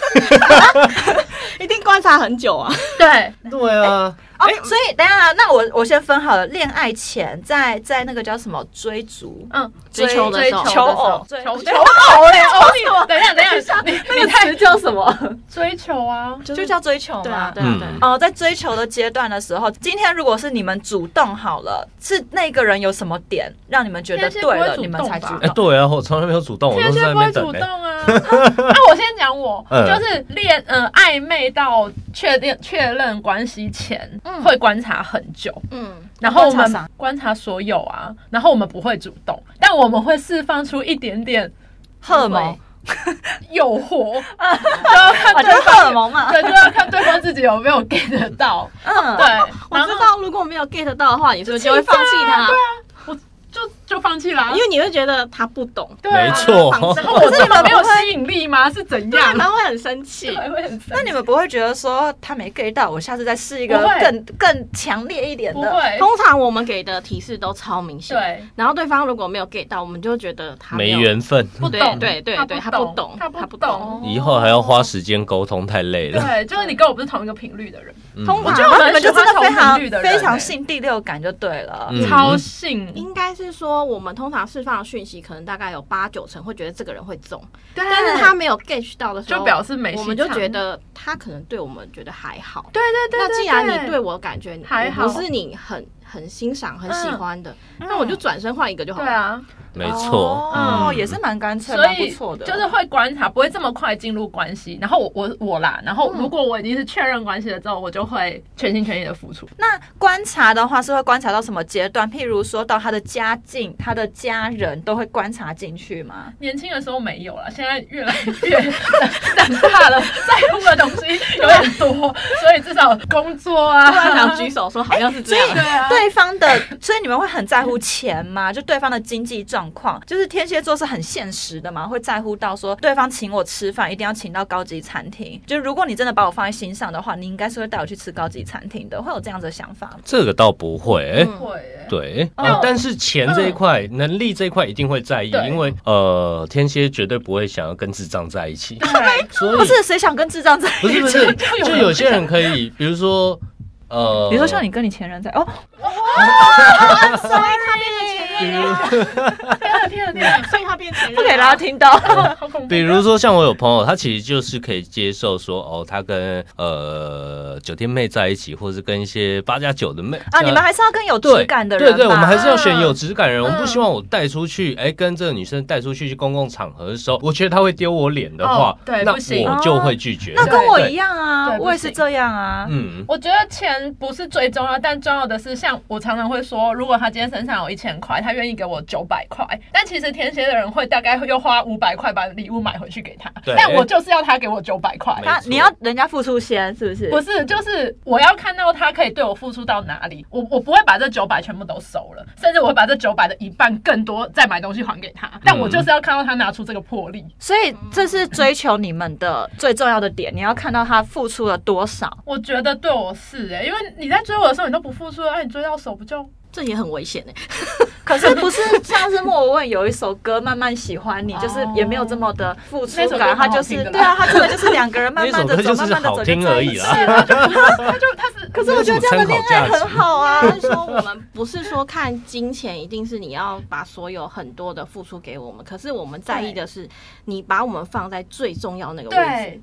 一定观察很久啊。对，对啊，哦，所以等一下，那我我先分好了，恋爱前在在那个叫什么追逐。嗯，追求的追时候求偶，追求哦求求偶哎，求你！等一下，等一下， 你那个词叫什么？追求啊， 就叫追求对嘛啊，。对啊，对嗯啊。哦，在追求的阶段的时候，今天如果是你们主动好了，是那个人有什么点让你们觉得天蝎不对会了，主你们动才主吧动哎、？ 对啊，我从来没有主动，我天都是蝎在不那会边主等、动哎，啊！ 啊，我先讲我，嗯就是恋嗯、暧昧到确定确认关系前，嗯会观察很久，嗯，然后我观们察啥观察所有啊，然后我们不会主动，但我们会释放出一点点荷尔蒙诱惑，就要看啊，就对是荷方尔蒙嘛。对，就要看对方自己有没有 get 得到。嗯对，，我然知后道，如果没有 get 到的话，你是不是就会放弃他？对啊，我就就放弃了啊，因为你会觉得他不懂，对啊没错防止然后我可这是你么们没不有会吸引力吗？是怎对，啊样？他会很生气。对会很生那你们不会觉得说他没 get 到，我下次再试一个不会更更强烈一点不的？会，通常我们给的提示都超明显，对。然后对方如果没有 get 到，我们就觉得他没有缘分，不对懂，对对对他他不不懂他他不不懂懂。以后还要花时间沟通，太累了。对，就是你跟我不是同一个频率的人，嗯通常然后你们就真的非我常很喜欢同频率的人非欸常信第六感就对了。嗯超信，应该是说，我们通常释放的讯息，可能大概有八九成会觉得这个人会中，对但是他没有 get 到的时候，就表示没戏我们就唱觉得他可能对我们觉得还好。对对对。那既然你对对，我感觉还好我不是你很很欣赏、很喜欢的，那嗯我就转身换一个就好对了。啊，没错，哦，嗯也是蛮干脆，所蛮不以错的，就是会观察，不会这么快进入关系。然后我我我啦，然后如果我已经是确认关系了之后，我就会 全心全意的付出。那观察的话是会观察到什么阶段？譬如说到他的家境性，他的家人都会观察进去吗？年轻的时候没有了，现在越来越长大了，在乎的东西有点多，所以至少工作 突然啊，想举手说好像是这样，对啊，对方 的，所以你们会很在乎钱吗？就对方的经济状况，就是天蝎座是很现实的嘛，会在乎到说对方请我吃饭一定要请到高级餐厅。就如果你真的把我放在心上的话，你应该是会带我去吃高级餐厅的，会有这样子的想法吗？这个倒不会、欸嗯会耶对，哦呃，但是钱这一块、能力这一块一定会在意，对因为呃，天蝎绝对不会想要跟智障在一起，对，所以啊哦不是谁想跟智障在一嗯不是起？ 就不是，有就有些人可以，比如说呃，比如说像你跟你前任在哦，天啊天啊天啊，所以他变成不给大家听到。啊好恐怖！比如说像我有朋友，他其实就是可以接受说，哦，他跟呃酒店妹在一起，或是跟一些八加九的妹啊，你们呃还是要跟有质对感的人对对，吧嗯我们还是要选有质感的人，我们不希望我带出去，哎，跟这个女生带出去去公共场合的时候，我觉得她会丢我脸的话哦，对那不行我就会拒绝。哦那跟我对一样啊对，不我也是行这样啊。嗯，我觉得钱不是最重要，但重要的是，像我常常会说，如果他今天身上有一千块，他愿意给我九百块，但其实天蝎的人会大概又花五百块把礼物买回去给他对，但我就是要他给我九百块没。他错你要人家付出先，是不是？不是，就是我要看到他可以对我付出到哪里，我我不会把这九百全部都收了，甚至我会把这九百的一半更多再买东西还给他，嗯但我就是要看到他拿出这个魄力。所以这是追求你们的最重要的点，你要看到他付出了多少。我觉得对我是哎、因为你在追我的时候你都不付出，哎，你追到手不就这也很危险哎，可是不是像是莫文蔚有一首歌《慢慢喜欢你》，哦就是也没有这么的付出那首歌感，蛮他好就是听的啦对啊，他真的就是两个人慢那慢首的歌走，就慢是慢的走好听就在而一已起。啦。他哎就他是 可是我觉得这样的恋爱很好啊但。是说我们不是说看金钱一定是你要把所有很多的付出给我们，可是我们在意的是你把我们放在最重要那个位置。对，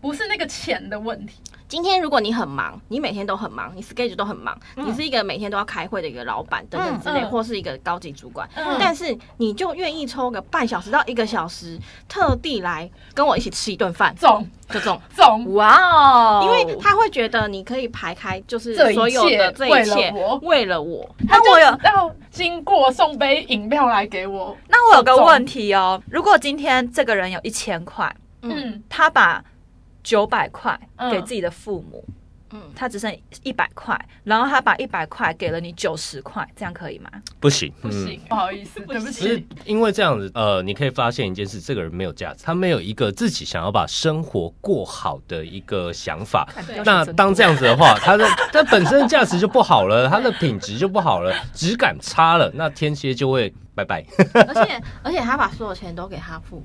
不是那个钱的问题。今天如果你很忙，你每天都很忙，你 schedule 都很忙，嗯你是一个每天都要开会的一个老板等等之类，嗯嗯或是一个高级主管，嗯但是你就愿意抽个半小时到一个小时，特地来跟我一起吃一顿饭，总就这种。总哇哦！因为他会觉得你可以排开，就是这一所有的切这为一了切我为了我，那我有要经过送杯饮料来给我，那我有个问题哦，如果今天这个人有一千块，嗯嗯，他把九百块嗯给自己的父母，嗯，他只剩一百块，然后他把一百块给了你九十块，这样可以吗？不行，不行，不好意思，对不只是起，因为这样子，呃，你可以发现一件事：这个人没有价值，他没有一个自己想要把生活过好的一个想法。对那当这样子的话，他的他本身的价值就不好了，他的品质就不好了，质感差了，那天蝎就会拜拜而且而且他把所有钱都给他父母，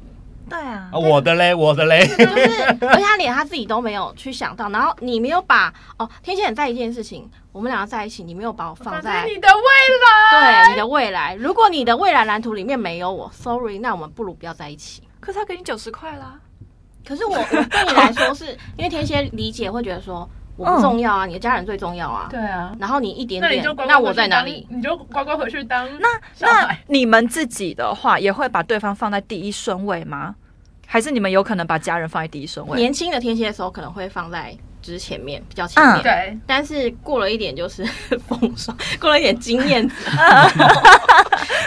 对啊啊！，我的嘞，我的嘞，就是 而且他连他自己都没有去想到，然后你没有把哦，天蝎很在意一件事情，我们两个在一起，你没有把我放反在正你的未来，对你的未来，如果你的未来蓝图里面没有我，sorry，那我们不如不要在一起。可是他给你九十块啦。可是我我对你来说是，因为天蝎理解会觉得说我不重要啊，你的家人最重要啊。嗯对啊。然后你一点那点你就，乖乖那回我去在哪当里？？你就乖乖回去当小那孩。你们自己的话，也会把对方放在第一顺位吗？还是你们有可能把家人放在第一顺位？年轻的天蝎的时候可能会放在就是前面比较前嗯面，对，但是过了一点就是 风霜，过了一点经 验值，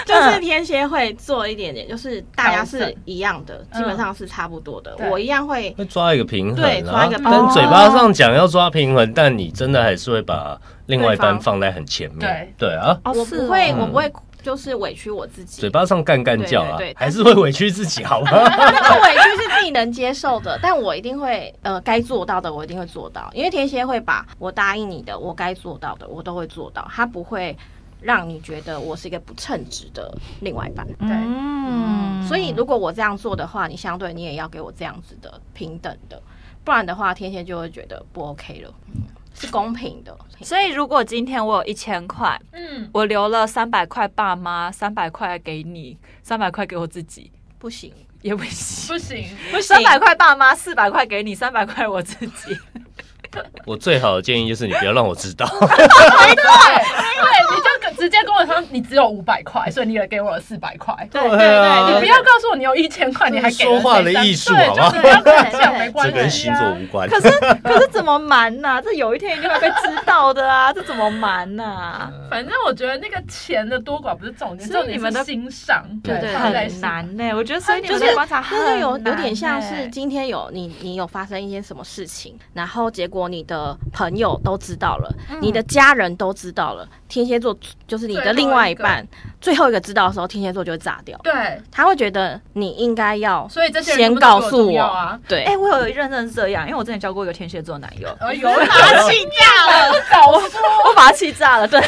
就是天蝎会做一点点，就是大嗯家调是整一样的，嗯基本上是差不多的。对我一样会，会抓一个平衡、啊，对抓一个平衡但嘴巴上讲要抓平衡，但你真的还是会把另外一半放在很前面。对啊，哦我是哦不会，嗯我不会就是委屈我自己，嘴巴上干干叫啊，对对对还是会委屈自己，好吗？ 那个委屈是自己能接受的， 但我一定会呃该做到的，我一定会做到，因为天蝎会把我答应你的，我该做到的，我都会做到，他不会让你觉得我是一个不称职的另外一半。对嗯，所以如果我这样做的话，你相对你也要给我这样子的平等的，不然的话，天蝎就会觉得不 OK 了，是公平的。所以如果今天我有一千块，嗯，我留了三百块爸妈，三百块给你，三百块给我自己，不行，也不 行。不行，不三百块爸妈，四百块给你，三百块我自 己。我最好的建议就是你不要让我知道。对，对，你就直接跟我说你只有五百块，所以你也给我了四百块。对对对啊你对，不要告诉我你有一千块，你还给说话的谁三艺术对好不好就不要跟我 讲，没这关系、啊。跟星座无关。可是可是怎么瞒呐、这有一天一定会被知道的啊！这怎么瞒呐、反正我觉得那个钱的多寡不是重点，是重点你们是的欣赏，对对放在很心难呢、我觉得所以你就们是的观察它啊很就难、有有点像是欸今天有你你有发生一些什么事情，然后结果你的朋友都知道了，你的家人都知道了，天蝎座就是你最的后另外一一个半最后一个知道的时候，天蝎座就会炸掉，对，他会觉得你应该要所以这些人先都不是告诉我重我要啊。对哎、， 我有一任真的是这样，因为我之前交过一个天蝎座男友，哎呦，拿气架了，早说！我把他气炸了。对，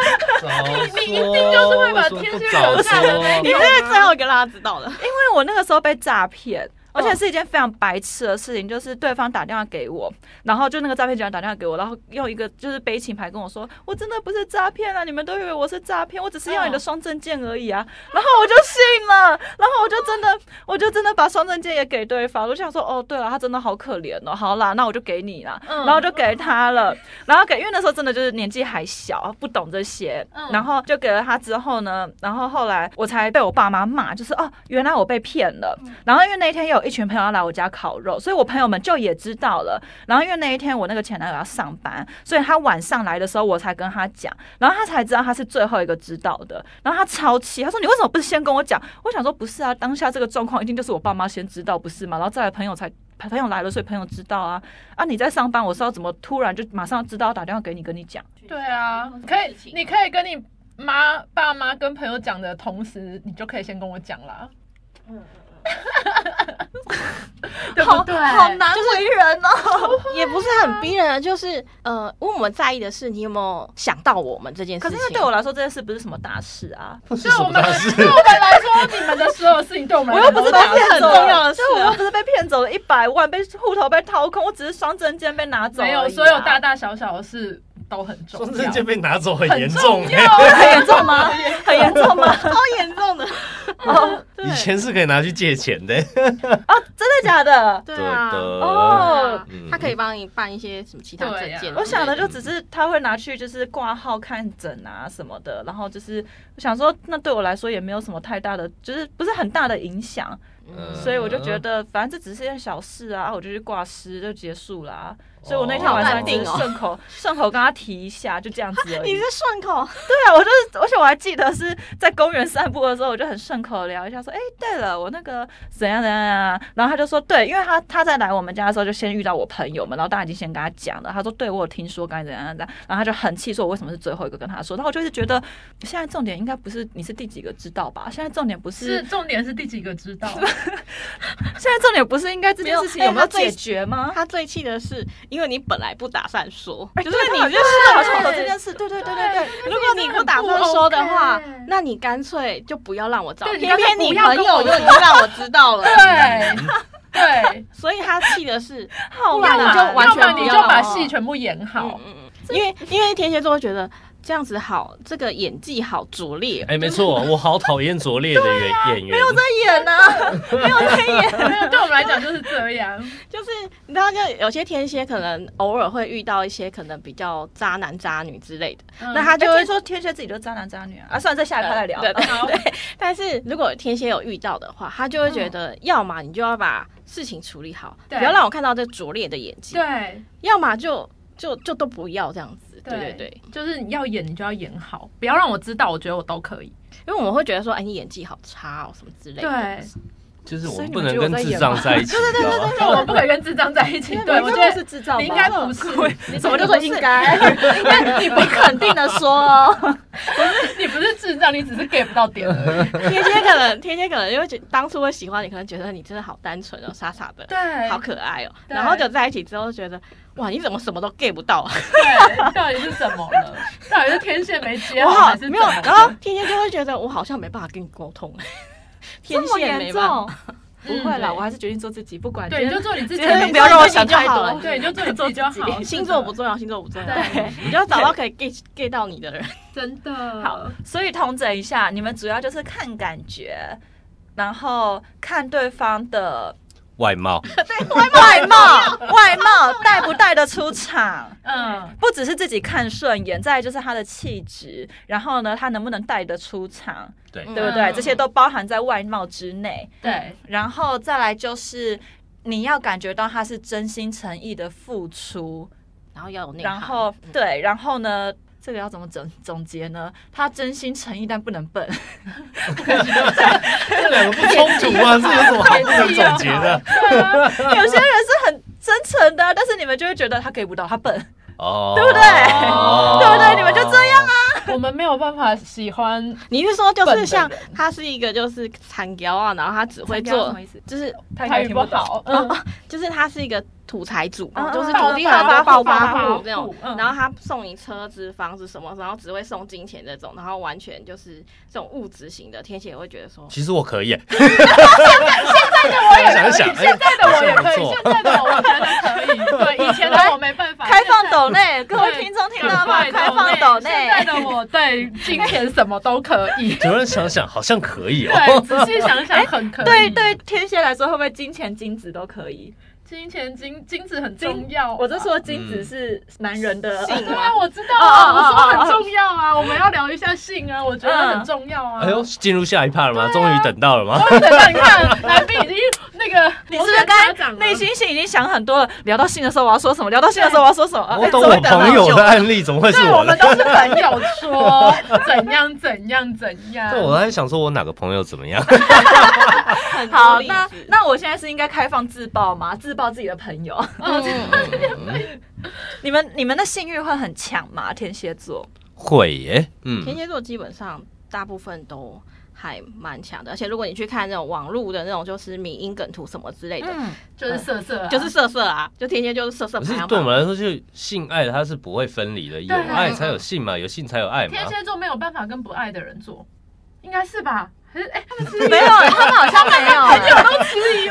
你一定就是会把天蝎惹下的那 你一这种是最后一个让他知道的，因为我那个时候被诈骗。而且是一件非常白痴的事情，就是对方打电话给我，然后就那个诈骗集团打电话给我，然后用一个就是悲情牌跟我说，我真的不是诈骗啊，你们都以为我是诈骗，我只是要你的双证件而已啊。然后我就信了，然后我就真的，我就真的把双证件也给对方，我就想说，哦，对了，他真的好可怜哦，好啦，那我就给你啦，嗯然后就给他了，然后给，因为那时候真的就是年纪还小，不懂这些，嗯然后就给了他之后呢，然后后来我才被我爸妈骂，就是哦，原来我被骗了。然后因为那一天有一群朋友要来我家烤肉，所以我朋友们就也知道了。然后因为那一天我那个前男友要上班，所以他晚上来的时候我才跟他讲，然后他才知道他是最后一个知道的。然后他超气，他说你为什么不先跟我讲？我想说不是啊，当下这个状况一定就是我爸妈先知道不是吗？然后再来朋友才。朋友来了，所以朋友知道啊啊！你在上班，我是要怎么突然就马上知道打电话给你跟你讲？对啊，可以，你可以跟你妈、爸妈跟朋友讲的同时，你就可以先跟我讲啦。对不对？好好难为人哦。也不是很逼人啊，就是呃，问我们在意的是你有没有想到我们这件事可情。是因为对我来说，这件事不是什么大事啊。是对什我么们大来，事？对我们来说，你们的所有事情对我们我来又说不是都被打骗折走重要了，的事就啊我又不是被骗走了一百万，被户头被掏空，我只是双证件被拿走而已没啊、有，所有大大小小的事都很重双要。证件被拿走很很严重重哎、要很严重吗？很严重吗？超严重 的，哦，以前是可以拿去借钱的、真的假的？对对啊，的，哦。嗯他可以帮你办一些什么其他证件之类。对啊我想的就只是他会拿去就是挂号看诊啊什么的，然后就是我想说，那对我来说也没有什么太大的，就是不是很大的影响，嗯所以我就觉得反正这只是件小事啊，我就去挂失就结束啦。所以我那天哦晚上只是淡定哦顺口 顺口跟他提一下，就这样子而已。你是顺口，对啊，我就是，而且我还记得是在公园散步的时候，我就很顺口地聊一下，说，哎、对了，我那个怎样怎样啊，然后他就说，对，因为他他在来我们家的时候就先遇到我朋友们，然后大家已经先跟他讲了，他说，对我有听说该怎样怎样，然后他就很气，说我为什么是最后一个跟他说，然后我就是觉得现在重点应该不是你是第几个知道吧，现在重点不是，是重点是第几个知道？现在重点不是应该这件事情有没有没有哎他解最决吗？他最气的是，因为你本来不打算说，哎就是对你他就好是像有这这件件事，对对对对对，如果你不打算说的话这个很不 OK，那你干脆就不要让我知道。对你偏干脆偏你不要朋跟我友说又已经让我知 道了，对对，所以他气的 是，好啊不然你啦就完要全不然不你就要把了戏全部演好嗯。嗯嗯，因为因为天蝎座会觉得这样子好，这个演技好拙劣，哎、没错，我好讨厌拙劣的演演员，演啊，嗯 没有，对我们来讲就是这样。就是你知道，就有些天蝎可能偶尔会遇到一些可能比较渣男渣女之类的，嗯那他他就就会会说天蝎自己就是渣男渣女啊，啊，算了，在下一趴再聊。 对对好对，但是如果天蝎有遇到的话，他就会觉得，要么你就要把事情处理好，不嗯对要让我看到这拙劣的演技；，对要么就就就都不要这样子。对对对，，就是你要演，你就要演好，不要让我知道，我觉得我都可以。因为我们会觉得说，哎，你演技好差哦，什么之类的。对，就是我所以们你不们能觉得跟我在智演障吗在一起，你知道吗？就我们不可以跟智障在一起。对，我觉是得制造吧，你应该不是，你怎么就说说应应该？ 应该你不肯定的说哦。你不是智障，你只是 get 不到点而已。天蝎可能，天蝎可能因为觉当初会喜欢你，可能觉得你真的好单纯哦，傻傻的，对好可爱哦。对然后就在一起之后，觉得哇，你怎么什么都 get 不到啊？对，到底是怎么了？到底是天线没接我好，好还是没有，怎么了然后天蝎就会觉得我好像没办法跟你沟 通，这天么蝎没严办法。重？ 不会啦，嗯我还是决定做自己，不管。对，你就做你自己今天的，不要让我想太多对，你就做你自己就好。 星座不重要，星座不重要，对，你就要找到可以 get get 到你的人。真的好，所以统整一下，你们主要就是看感觉，然后看对方的外貌， 外貌，外貌带不带得出 场？嗯，不只是自己看顺眼，再来就是他的气质，然后呢，他能不能带得出场，对，嗯对不对？嗯这些都包含在外貌之内。对，然后再来就是你要感觉到他是真心诚意的付出，然后要有内涵，然后嗯对，然后呢？这个要怎么总总结呢？他真心诚意，但不能笨。这两个不冲突吗？这有什么好不能总结的？有些人是很真诚的，但是你们就会觉得他给不到，他笨。哦，对不对哦对不对你们就这样啊？我们没有办法喜欢你是说就笨的是像人他是一个就是产雕啊，然后他只会参加什做么意思？就是台台语语听不不懂好，嗯，就是他是一个土财主，嗯就是嗯土地很多暴发户那暴种发户，嗯然后他送你车子、房子什么，然后只会送金钱这种，然后完全就是这种物质型的，天蝎也会觉得说，其实我 可以耶，我也可以，想一想现在的我也可哎以，不错，现在的我觉得可以，对，以前的我没办法。开放抖内，各位对听众听现在到吗？对开放内抖现内在，的我对金钱什么都可以突然想想好像可以对，哦。仔细想想很可以。哎对，对，天蝎来说会不会金钱金子都可以？金钱金金子很重要。啊我就，说金子是男人的，性对啊，我知道哦啊，哦我哦说很重要啊，我们要聊一下性啊，我觉得很重要啊。哎呦，进入下一趴了吗？终于等到了吗？我等下你看，来宾已经那个，你是不是刚才长内心戏已经想很多了？聊到性的时候我要说什么？聊到性的时候我要说什啊么？我哎懂终我于等到朋友你的案例，怎么会是对，我们的？都是朋友说怎样怎样怎样。 对，我在想说，我哪个朋友怎么样？ 很多好，例那子那我现在是应该开放自爆吗？自爆自己的朋友？ 嗯嗯 你们你们的性欲会很强吗？天蝎座？会耶，天嗯，蝎座基本上大部分都。还蛮强的，而且如果你去看那种网络的那种，就是迷因梗图什么之类的，嗯，就是色色啊，就是色色啊，就天蝎就是色色可排是行对我榜。们来说，就性爱它是不会分离的，有对啊爱才有性嘛，有性才有爱嘛天。蝎座没有办法跟不爱的人做，应该是 吧？ 还是哎，他们吃 没有，他们好像没有、哎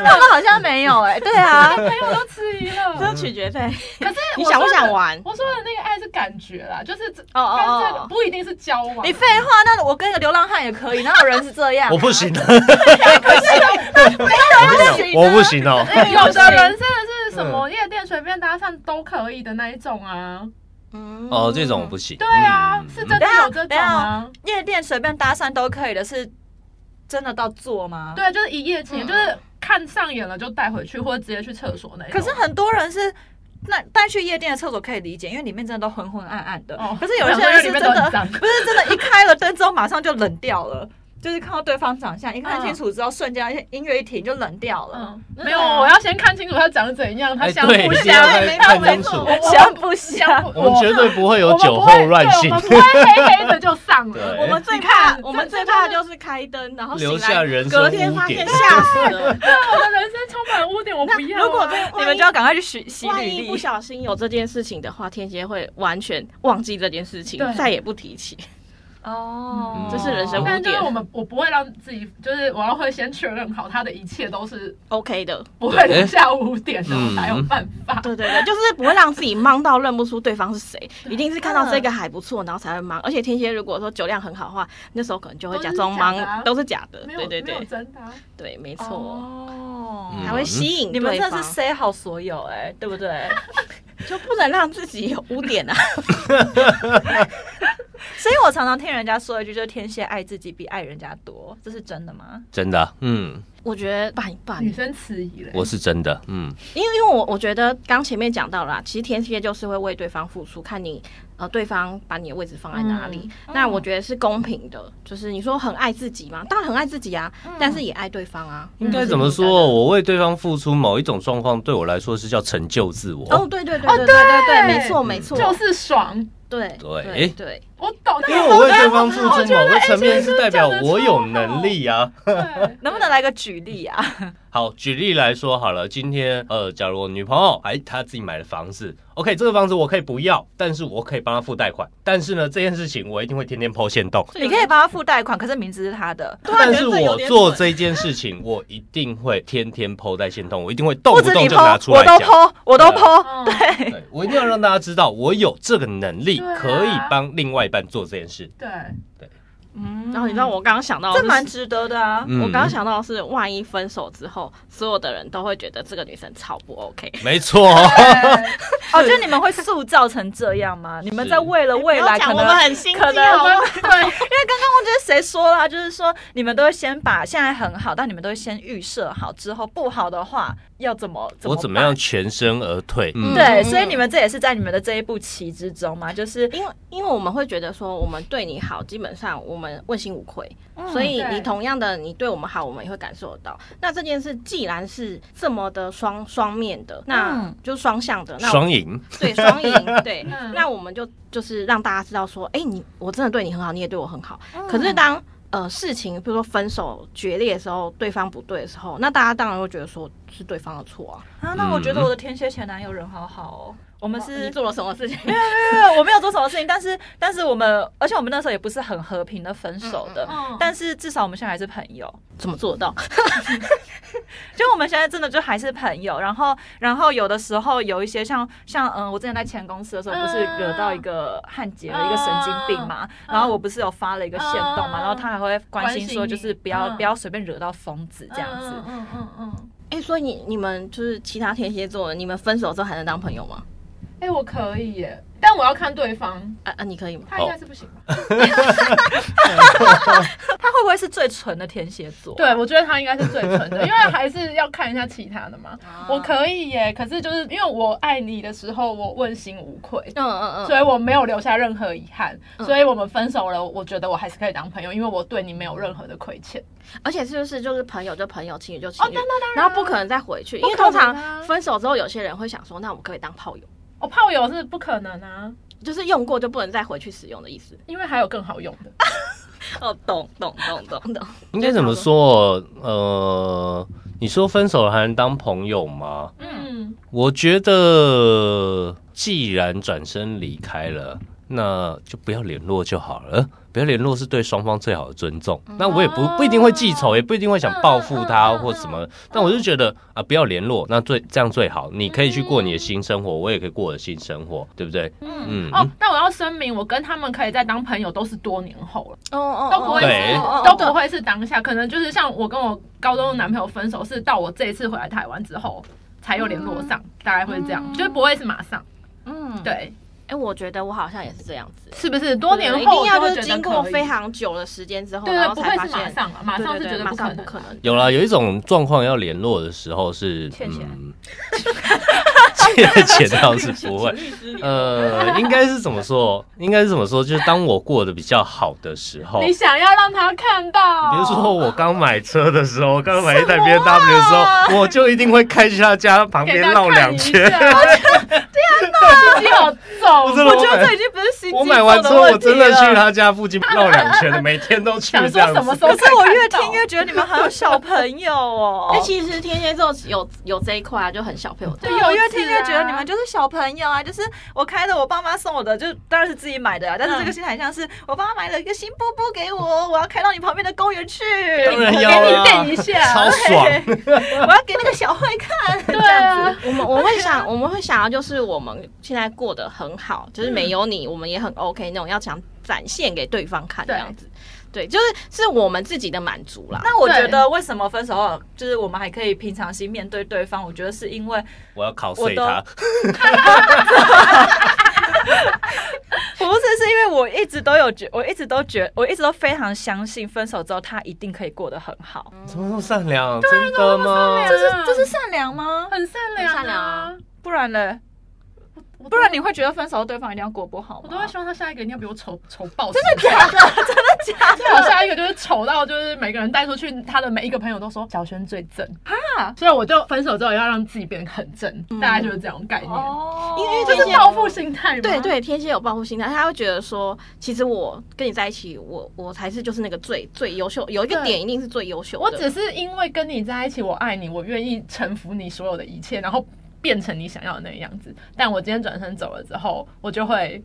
他们好像没有哎、 对啊，朋友都吃一了。这取决在可是 你我想不说的想玩我说的那个爱是感觉啦，就是这哦跟这哦个哦，不一定是交往。你废话，那我跟一个流浪汉也可以，哪有人是这样、啊啊哎我不行，我 不啊行，我不行哦。哎有的人真的是什么夜店随便搭讪都可以的那一种啊，嗯哦，这种不行。对啊嗯，是真的有这种啊，哦夜店随便搭讪都可以的，是真的到做吗？。对，啊就是一夜情，嗯就是看上眼了就带回去，或者直接去厕所那一可种。是很多人是。那带去夜店的厕所可以理解，因为里面真的都昏昏暗暗的。哦可是有一些我想人说是里真面都的很，脏不是真的，一开了灯之后马上就冷掉了，就是看到对方长相，一看清楚之后，瞬间哎音乐一停就冷掉了。嗯，没有，我要先看清楚他长怎样，他哎香对不一定要香，嗯再他看没清楚我我香不香？我我们绝对不会有酒我们不后会乱对性我，们不会黑黑的就上了。对我我们们最怕，我们这最怕的就是开灯，然后醒留下来人生隔天发污现点。吓死了。我的人生充满污点，我不要啊。如果这万一你们就要赶快去洗洗万履一不历。小心有这件事情的话，天蝎会完全忘记这件事情对，再也不提起。哦这是人生但嗯就是我们，我不会让自己，就是我要会先确认好他的一切都是 OK 的，不会留下污点的，嗯我才有办法。对对对，就是不会让自己忙到认不出对嗯方是谁，一定是看到这个还不错，然后才会忙。而且天蝎如果说酒量很好的话，那时候可能就会假装忙，都都是假的。没对有，对没有对真的啊。对，没错，哦嗯还会吸引你们对这方是塞好所有哎、对不 对？就不能让自己有污点啊。所以我常常听人家说一句，就是天蝎爱自己比爱人家多，这是真的吗？真的，嗯， 我觉得办一办女，生迟疑了，我是真的，嗯，因为因为我我觉得刚前面讲到了啊，其实天蝎就是会为对方付出，看你呃对方把你的位置放在哪里。那我觉得是公平的，就是你说很爱自己嘛，当然很爱自己啊，但是也爱对方啊。应应该怎么说？我为对方付出某一种状况，对我来说是叫成就自我。哦，对对对对对对对，没错没错，就是爽，对对对对，我懂。因为我为对方付出某我觉得个层面，是代表哎我有能力啊。 对能不能来个举例啊？好，举例来说好了，今天呃，假如我女朋友哎她自己买了房子，OK，这个房子我可以不要，但是我可以帮她付贷款。但是呢，这件事情我一定会天天抛线动。你可以帮他付贷款，可是名字是他的，但是觉得这有我点做蠢这件事情，我一定会天天抛在线动，我一定会动不不止动你就拿剖，出来我讲啊都。剖，我都剖。嗯对，我一定要让大家知道，我有这个能力对啊可以帮另外一半做这件事。对对嗯然后你知道我刚刚想到的是，这蛮值得的啊。嗯我刚刚想到的是，万一分手之后，所有的人都会觉得这个女生超不 OK。没 错，哦，就你们会塑造成这样吗？你们在为了未来可哎不要讲能我们很心机可能好我不们好 对，因为刚刚忘记是谁说啦，就是说你们都会先把现在很好，但你们都会先预设好，之后不好的话要怎么怎么我办怎么样？全身而退？嗯，对，嗯所以你们这也是在你们的这一步棋之中嘛，就是因为因为我们会觉得说，我们对你好，基本上我们问心无愧，嗯所以对你同样的你对我们好，我们也会感受得到。那这件事既然是这么的双双面的，那嗯就双向的，那我双赢，对双赢，对嗯，那我们就就是让大家知道说，哎、你我真的对你很好，你也对我很好。嗯可是当呃事情比如说分手决裂的时候，对方不对的时候，那大家当然会觉得说是对方的错啊，啊，那我觉嗯得我的天蝎前男友人好好哦，我们是你做了什么事情？对， 我没有做什么事情，但是但是我们，而且我们那时候也不是很和平的分手的，嗯嗯嗯但是至少我们现在还是朋友， 怎么做得到？就我们现在真的就还是朋友。然后然后有的时候有一些像像嗯，我之前在前公司的时候，不是惹到一个汉杰的一个神经病嘛，嗯然后我不是有发了一个线动嘛，嗯然后他还会关心说，关心你就是不要、嗯不要随便惹到疯子这样子。嗯嗯嗯嗯。哎、所以你你们就是其他天蝎座的，你们分手之后还能当朋友吗？哎、我可以耶，但我要看对方，啊啊，你可以吗？他应该是不行吧。他会不会是最纯的天蝎座？ 对，我觉得他应该是最纯的，因为还是要看一下其他的嘛。我可以耶，可是就是因为我爱你的时候，我问心无愧。嗯嗯所嗯，以我没有留下任何遗憾，嗯所以我们分手了。我觉得我还是可以当朋友，因为我对你没有任何的亏欠。而且是不是就是朋友就朋友，情侣就情侣，哦当然当然然后不可能再回去，因为不可通能啊常分手之后，有些人会想说，那我可不可以当炮友？我、炮友是不可能啊，就是用过就不能再回去使用的意思。因为还有更好用的。哦，懂懂懂懂懂。应该怎么说？呃，你说分手了还能当朋友吗？嗯，我觉得，既然转身离开了，那就不要联络就好了。不要联络是对双方最好的尊重。那我也不不一定会记仇，也不一定会想报复他或什么。但我就觉得啊，不要联络，那最这样最好。你可以去过你的新生活，我也可以过我的新生活，对不对？嗯哦，但我要声明，我跟他们可以再当朋友，都是多年后了。哦哦都不会对是都不会是当下，可能就是像我跟我高中的男朋友分手，是到我这一次回来台湾之后才有联络上，大概会这样，就是不会是马上。嗯，对。对，哎，我觉得我好像也是这样子。是不是多年一后定要就是是经过非常久的时间之后，对然对，后不才会发是马现，上了，马上是对对绝对不马可上能不的。可能。有啦，有一种状况要联络的时候是欠钱嗯，借钱倒是不会。呃，应该是怎么说？应该是怎么说？就是当我过得比较好的时候，你哦想要让他看到，比如说我刚买车的时候，我刚买一台 B M W 的时候，我就一定会开去他家旁给边他绕看两一下，圈 天。哪，心机好我重真。我的觉得这已经不是心机我买完重车，的问我题真的去了他家附近绕两圈的，每天都去想这说样什么子时。候可是我越看听到越觉得你们好有小朋友哦。 哎，其实天蝎座有有这一块啊，就很小朋友的。对对，幼我越稚听越觉得你啊们就是小朋友啊，就是我开的我爸妈送我的，就当然是自己买的啊，但是这个嗯心态像是我爸妈买了一个新波波给我，我要开到你旁边的公园去，当然要给啊你变一下，超爽！我要给那个小慧看， 对啊，我们我会想，我们会想要就是我们现在过得很好，嗯就是没有你，我们也很 OK 那种，要想展现给对方看这对样子。对，就是是我们自己的满足啦。 那我觉对得为什么分手后就是我们还可以平常心面对对方？我觉得是因为我要考我碎都他，不是是因为我一直都有觉，我一直都觉，我一直都非常相信分手之后他一定可以过得很好。嗯怎么那么善良？真的吗？这是这是善良吗？很善良，很善良啊。不然呢？我不然你会觉得分手后对方一定要过不好吗？我都会希望他下一个一定要比我丑丑爆，真的假的？真的假的？最好下一个就是丑到就是每个人带出去，他的每一个朋友都说小轩最正哈，嗯所以我就分手之后要让自己变得很正，大概就是这种概念，哦因为这这是报复心态吗？对，对，天蝎有报复心态，他会觉得说，其实我跟你在一起，我我才是就是那个最最优秀，有一个对点一定是最优秀的。我只是因为跟你在一起，我爱你，我愿意臣服你所有的一切，然后变成你想要的那个样子。但我今天转身走了之后，我就会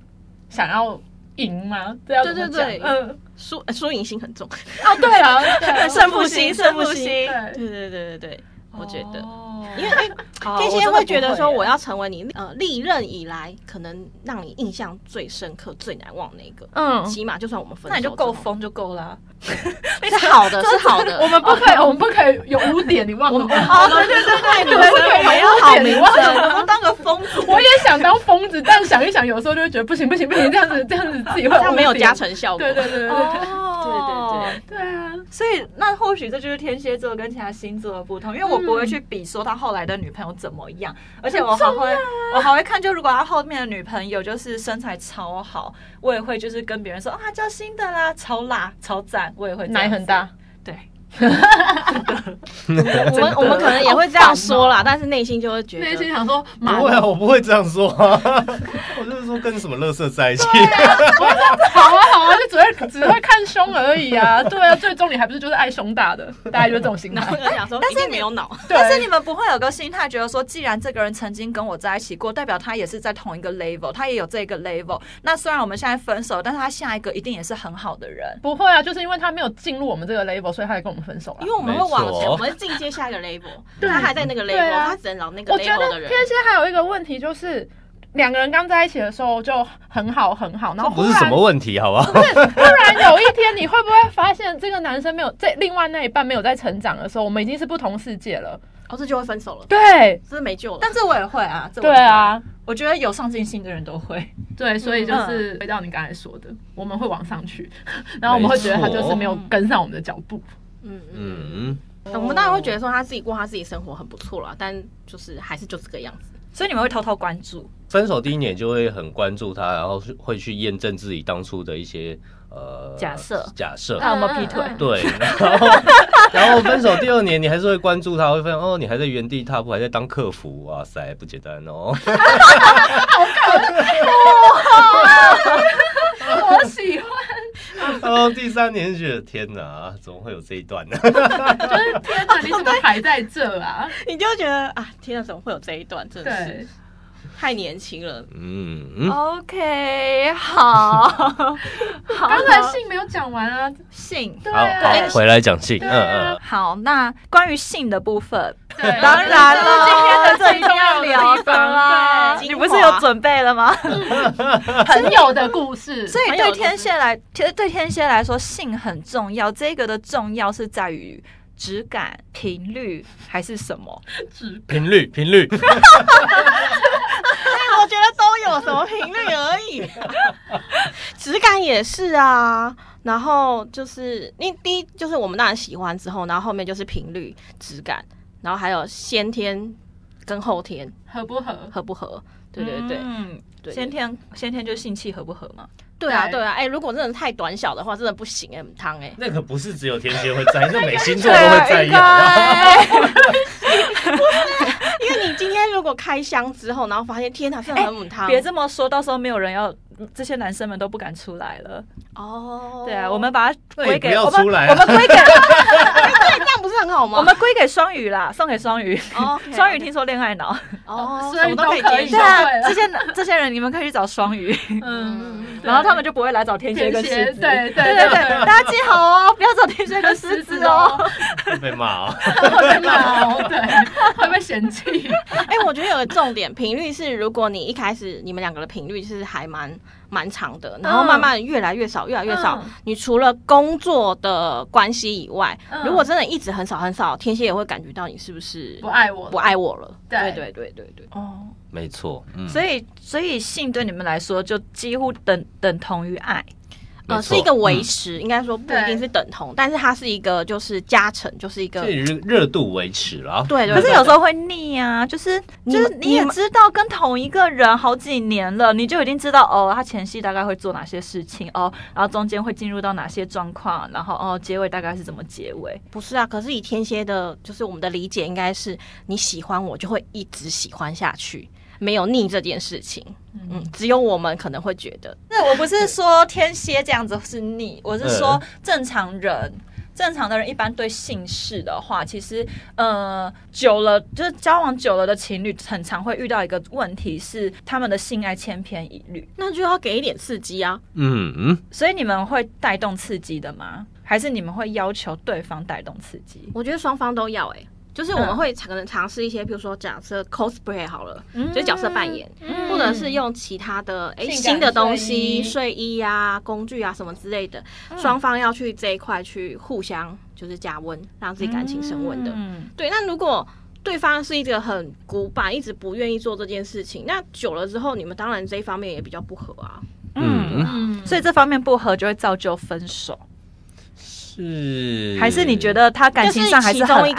想要赢吗？这要怎么对讲对对嗯，输呃输赢心很重。 哦，对啊，对啊胜负心，胜负胜负心心对对对对对对，我觉得。哦因为因为好天真蝎的会不觉得说，耶我要成为你呃历任以来可能让你印象最深刻、最难忘那个。嗯，起码就算我们分手，那你就够，疯就够啊啦。是好的，是好的。 我们不可以，我们不可以有污点，你忘了吗？哦，对对对对，对对对我们要有好点名忘了声，我们当个疯子。我也想当疯子，但想一想，有时候就会觉得不行不行不行，这样子这样子自己会这样没有污点加。成效果。对对对对对哦对对对对啊！所以那或许这就是天蝎座跟其他星座的不同，因为我不会去比说他后来的女朋友怎么样，而且我还会、我还会看，就如果他后面的女朋友就是身材超好，我也会就是跟别人说啊，他交新的啦，超辣超赞，我也会这样子，对。 我们我们可能也会这样说啦，但是内心就会觉内得心想说，妈不会啊，我不会这样说啊， 我就是说跟什么乐色在一起，好啊好啊，就只会只会看胸而已啊。对啊，最终你还不是就是爱胸大的，大概就是这种心然态后。就想 说，但是一定你没有脑，对，但是你们不会有个心态，觉得说，既然这个人曾经跟我在一起过，代表他也是在同一个 level，他也有这个 level。那虽然我们现在分手，但是他下一个一定也是很好的人。不会啊，就是因为他没有进入我们这个 label，所以他才跟我们分手了因。为我们会往没前，错我们进阶下一个 label，对他还在那个对 label，啊他只能找那个我觉 label 得的人天。蝎还有一个问题就是，两个人刚在一起的时候就很好很好，然后忽 不然是什么问题，好不好？突然有一天，你会不会发现这个男生没有在另外那一半没有在成长的时候，我们已经是不同世界了？哦，这就会分手了，对，这没救了。但这我也会啊，这我也对会，啊，我觉得有上进心的人都会。对，所以就是回到你刚才说的，我们会往上去， 然后我们会觉得他就是没有跟上我们的脚步。嗯嗯，嗯，我们当然会觉得说他自己过他自己生活很不错啦，但就是还是就这个样子。所以你们会偷偷关注，分手第一年就会很关注他，然后是会去验证自己当初的一些呃假设 假设。他有没有劈腿？嗯嗯对，然后然后分手第二年，你还是会关注他，会发现哦，你还在原地踏步，还在当客服，哇塞，不简单 哦。我喜欢，然后第三年就觉得天哪，怎么会有这一段呢？就是天哪，你怎么还在这啊？你就觉得啊，天啊，怎么会有这一段？真的 对是，太年轻了。嗯哦嗯， OK，好，好，刚才性没有讲完啊，性。对好好啊，回来讲信，对嗯啊嗯，好，那关于性的部分，对当然了，这是今天的最一定重要要的聊的地方啦。对你不是有准备了吗？朋友的故事，所以还有对就是天蝎来，其实对天蝎来说，性很重要。这个的重要是在于质感、频率还是什么？只频率频率，但 我觉得都有什么频率而 已，质感也是啊。然后就是，因为第一就是我们当然喜欢之后，然后后面就是频率、质感，然后还有先天跟后天合不合？合不合。对对对，嗯，对先天先天就性气合不合嘛？对啊对对啊。哎、如果真的太短小的话，真的不行哎、很汤哎、那个不是只有天蝎会在意，那每星座都啊会在意啊好不好。哎 因为你今天如果开箱之后，然后发现天哪，真的很母汤。哎别这么说，到时候没有人要，这些男生们都不敢出来了。哦，对啊，我们把它那归也不给要我出们，来啊我们归给 这样不是很好吗？我们归给双鱼啦，送给双鱼。哦，双鱼听说恋爱脑，哦，所以什么都可以都可以接对受对啊啊，这些这些人你们可以去找双鱼，嗯，然后他们就不会来找天蝎天跟蝎，狮对子。对对对对，大家记好哦，不要找天 蝎跟狮子哦。会被骂哦。会被骂哦，对，会被嫌弃。哎、我觉得有个重点，频率是如果你一开始你们两个的频率是还蛮蛮长的，然后慢慢越来越少，越来越少。嗯你除了工作的关系以外，嗯如果真的一直很少很少，天蝎也会感觉到你是不是不爱我了不爱我了。对对对对对哦，没错，嗯，所以所以性对你们来说就几乎等等同于爱。没呃，错嗯是一个维持，应该说不一对定是等同，但是它是一个就是加成，就是一个这热热度维持了啊。对对。可是有时候候会腻啊，就是你就是们你也你们知道跟同一个人好几年了，你就已经知道哦，他前戏大概会做哪些事情哦，然后中间会进入到哪些状况，然后哦结尾大概是怎么结尾。不是啊，可是以天蝎的，就是我们的理解应该是你喜欢我就会一直喜欢下去，没有腻这件事情。嗯，只有我们可能会觉得。那我不是说天蝎这样子是腻，我是说嗯正常人。正常的人一般对性事的话，其实呃久了就是交往久了的情侣，很常会遇到一个问题是他们的性爱千篇一律，那就要给一点刺激啊！嗯嗯，所以你们会带动刺激的吗？还是你们会要求对方带动刺激？我觉得双方都要哎、就是我们会可能尝试一些，比如说假设 cosplay 好了，嗯就是角色扮演，嗯或者是用其他的哎、性感新的东睡西、衣睡衣嗯啊、工具啊什么之类的，双方要去这一块去互相就是加温，让自己感情升温的。嗯对，那如果对方是一个很古板，一直不愿意做这件事情，那久了之后，你们当然这一方面也比较不合啊。嗯，嗯，所以这方面不合就会造就分手，是还是你觉？得他感情上还很爱这是其中一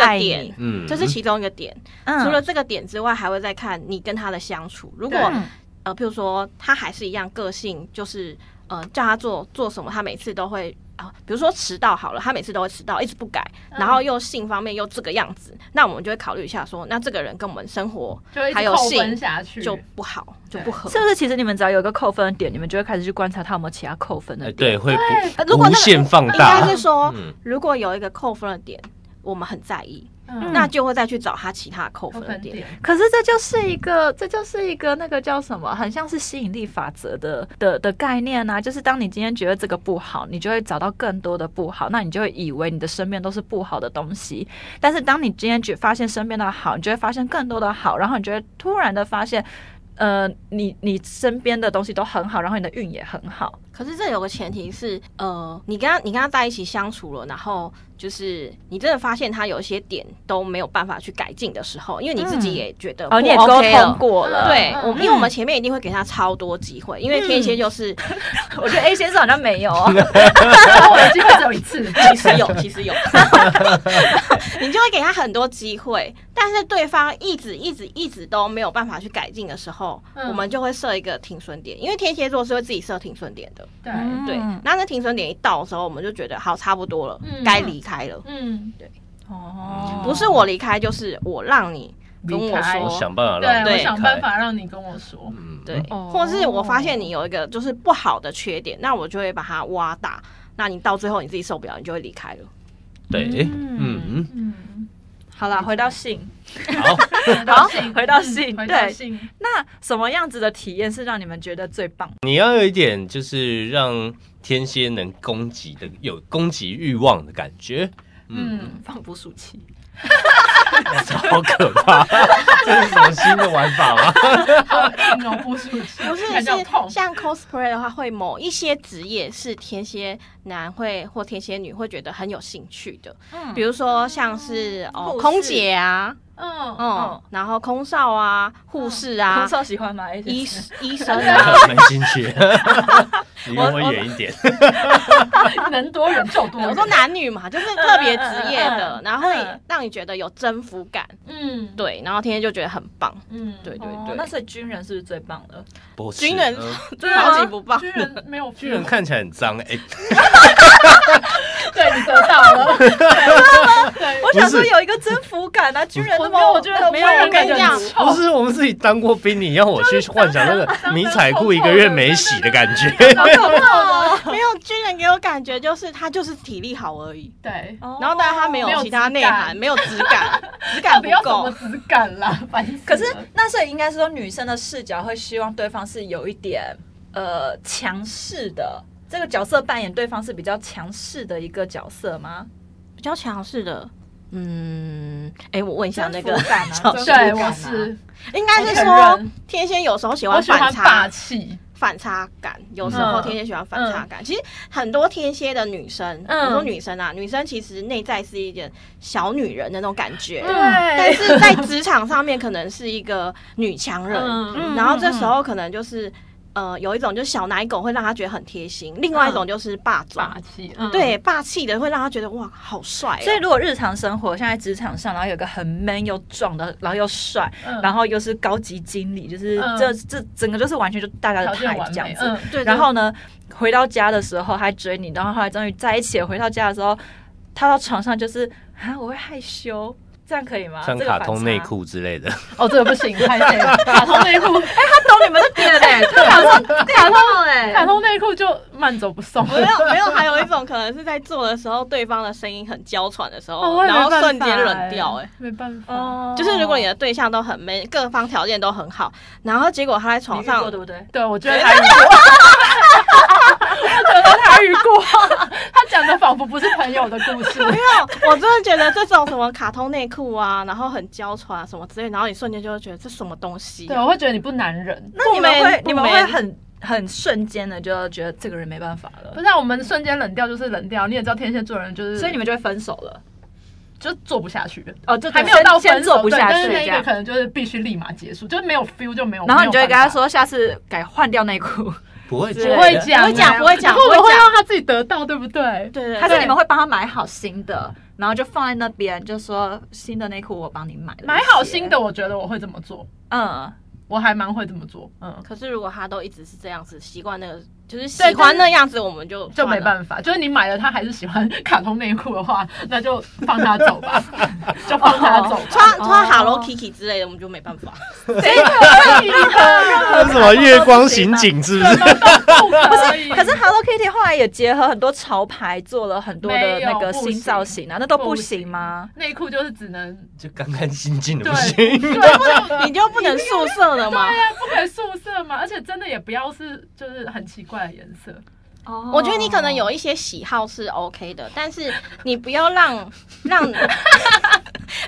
你个？嗯，这是其中一个点，嗯除了这个点之外，还会再看你跟他的相处。如果对呃，譬如说他还是一样个性，就是呃叫他做做什么，他每次都会啊、比如说迟到好了，他每次都会迟到，一直不改，嗯然后又性方面又这个样子，那我们就会考虑一下说，那这个人跟我们生活就会一还直有扣性分下去，就不好，就不合是。不是？其实你们只要有一个扣分的点，你们就会开始去观察他有没有其他扣分的哎点。对会对呃不如果那无个限放应该大是，说，嗯如果有一个扣分的点，我们很在意，嗯那就会再去找他其他扣扣分的分点。点，可是这就是一个，这就是一个那个叫什么，很像是吸引力法则的的的概念啊。就是当你今天觉得这个不好，你就会找到更多的不好，那你就会以为你的身边都是不好的东西。但是当你今天只发现身边的好，你就会发现更多的好，然后你就会突然的发现，呃，你你身边的东西都很好，然后你的运也很好。可是这有个前提是，呃，你跟他你跟他在一起相处了，然后就是你真的发现他有一些点都没有办法去改进的时候，因为你自己嗯也觉得不哦，你也沟 OK 了通。过了，对，嗯我们因为我们前面一定会给他超多机会，因为天蝎就是 我觉得 A 先生好像没有 哦。但我的机会只有一次，其实有，其实有，你就会给他很多机会，但是对方一直一直一直都没有办法去改进的时候，嗯我们就会设一个停损点，因为天蝎座是会自己设停损点的，对，嗯对。那那停损点一到的时候，我们就觉得好，差不多了嗯，该离开了。嗯，嗯哦不是我离开，就是我让你跟离我开我说，想办法对，让我你想开办，法让你跟我说，嗯对，，哦或是我发现你有一个就是不好的缺点，那我就会把它挖大。那你到最后你自己受不了，你就会离开了。对，诶嗯，嗯，好啦，回到性。好，回到信，回到信嗯回到对信，那什么样子的体验是让你们觉得最棒？你要有一点就是让天蝎能攻击的，有攻击欲望的感觉，嗯，嗯，放捕鼠器，好可怕， 这是什么新的玩法吗？好硬哦，不出去，不是感是觉好痛，像 cosplay 的话，会某一些职业是天蝎男会或天蝎女会觉得很有兴趣的，嗯比如说像是哦护士空姐啊，嗯嗯，然后空少啊、护士啊空、少喜欢吗？A 医先生， 医生啊， 没兴趣，离我远一点。嗯，能多忍就多忍，我说男女嘛，就是特别职业嗯嗯嗯的嗯，然后会嗯让你觉得有征服感，嗯，对，然后天天就觉得很 棒，嗯，对对哦对，那所以军人是不是最棒的？不是军人嗯真的超级不棒居，然没有，军人看起来很脏哎，对你得到了， 对，我想说不是有一个征服感啊，军人我那没有，么我觉得没有我我跟你感觉讲很臭不是我们自己当过兵，你要我去幻想那个迷彩裤一个月没洗的感觉，好可 怕哦， 没有军人给我感觉就是他就是体力好而已，对。然后但他没哦有其他内涵，没有质感，质 到感底要什够么。质感啦？烦死了可是那所以应该是说女生的视角会希望对方是有一点呃强势的。这个角色扮演对方是比较强势的一个角色吗？比较强势的，嗯，哎、我问一下征那服 个， 感啊，征服对，感我啊是应该是我承说认天蝎有时候喜我欢喜欢反霸差气，反差感，有时候嗯天蝎喜欢反差感。其实很多天蝎的女生，嗯我说女生啊，女生其实内在是一点小女人的那种感觉。嗯对，但是在职场上面，可能是一个女强人，嗯然后这时候可能就是，呃，有一种就是小奶狗会让她觉得很贴心，另外一种就是霸总，嗯霸气，嗯，对，霸气的会让她觉得哇，好帅哦、所以，如果日常生活现在职场上，然后有个很 man 又壮的，然后又帅，嗯然后又是高级经理，就是嗯这这整个就是完全就大家的条件派完这样美，子。嗯，对，然后呢，回到家的时候还追你，然后后来终于在一起了。回到家的时候，他到床上就是啊，我会害羞，这样可以吗？ 穿这个卡反通差内，裤之类的。哦，这个不行，太累了。卡通内裤，他 哦懂你们的点嘞，他卡通卡通哎卡通内裤就慢走不送。没有没有，还有一种可能是在做的时候，对方的声音很娇喘的时候，哦我也没然后办法瞬间冷掉、哎。没办法。哦，就是如果你的对象都很 man，各方条 件都很好，然后结果他在你床遇过上，对不对？对，我觉得还有觉得他遇过，他讲的仿佛不是朋友的故事。没有，我真的觉得这种什么卡通内裤啊，然后很娇喘啊什么之类，然后你瞬间就会觉得这什么东西对，啊、我会觉得你不男人。那你们不会美你们不会美很很瞬间的就觉得这个人没办法不了，是、啊，我们瞬间冷掉就是冷掉，你也知道天蝎座人就是，所以你们就会分手了。就做不下去了。哦，就还没有到分先手做不下去对但这是那个样。可能就是必须立马结束，就是没有 feel 就没有。然后你就会没有办法跟他，说，下次改换掉内裤。不会之不类会的讲欸，不会讲不会然讲后我不会会讲让他自己得到，对不对？对对他对说你们会帮他买好新的，然后就放在那边，就说新的内裤我帮你买了一些。买好新的，我觉得我会这么做，嗯，我还蛮会这么做，嗯。可是如果他都一直是这样子，习惯那个就是喜对但欢是那样子，我们就就没法。办法，就是你买了他还是喜欢卡通内裤的话，那就放他走 吧，就放他走吧。穿穿哦 Hello Kitty 之类的，我们就没办法。谁可以的？那是什么月光刑警是不是？不可 以。可是 Hello Kitty 后来也结合很多潮牌，做了很多的没有那个不新行造型啊，那都不不行行吗？内裤就是只能就干干净净的对不行。 你就不能宿舍了吗对？啊呀、不可以素色嘛，而且真的也不要是就是很奇怪的颜色。哦我觉得你可能有一些喜好是 OK 的，但是你不要让 让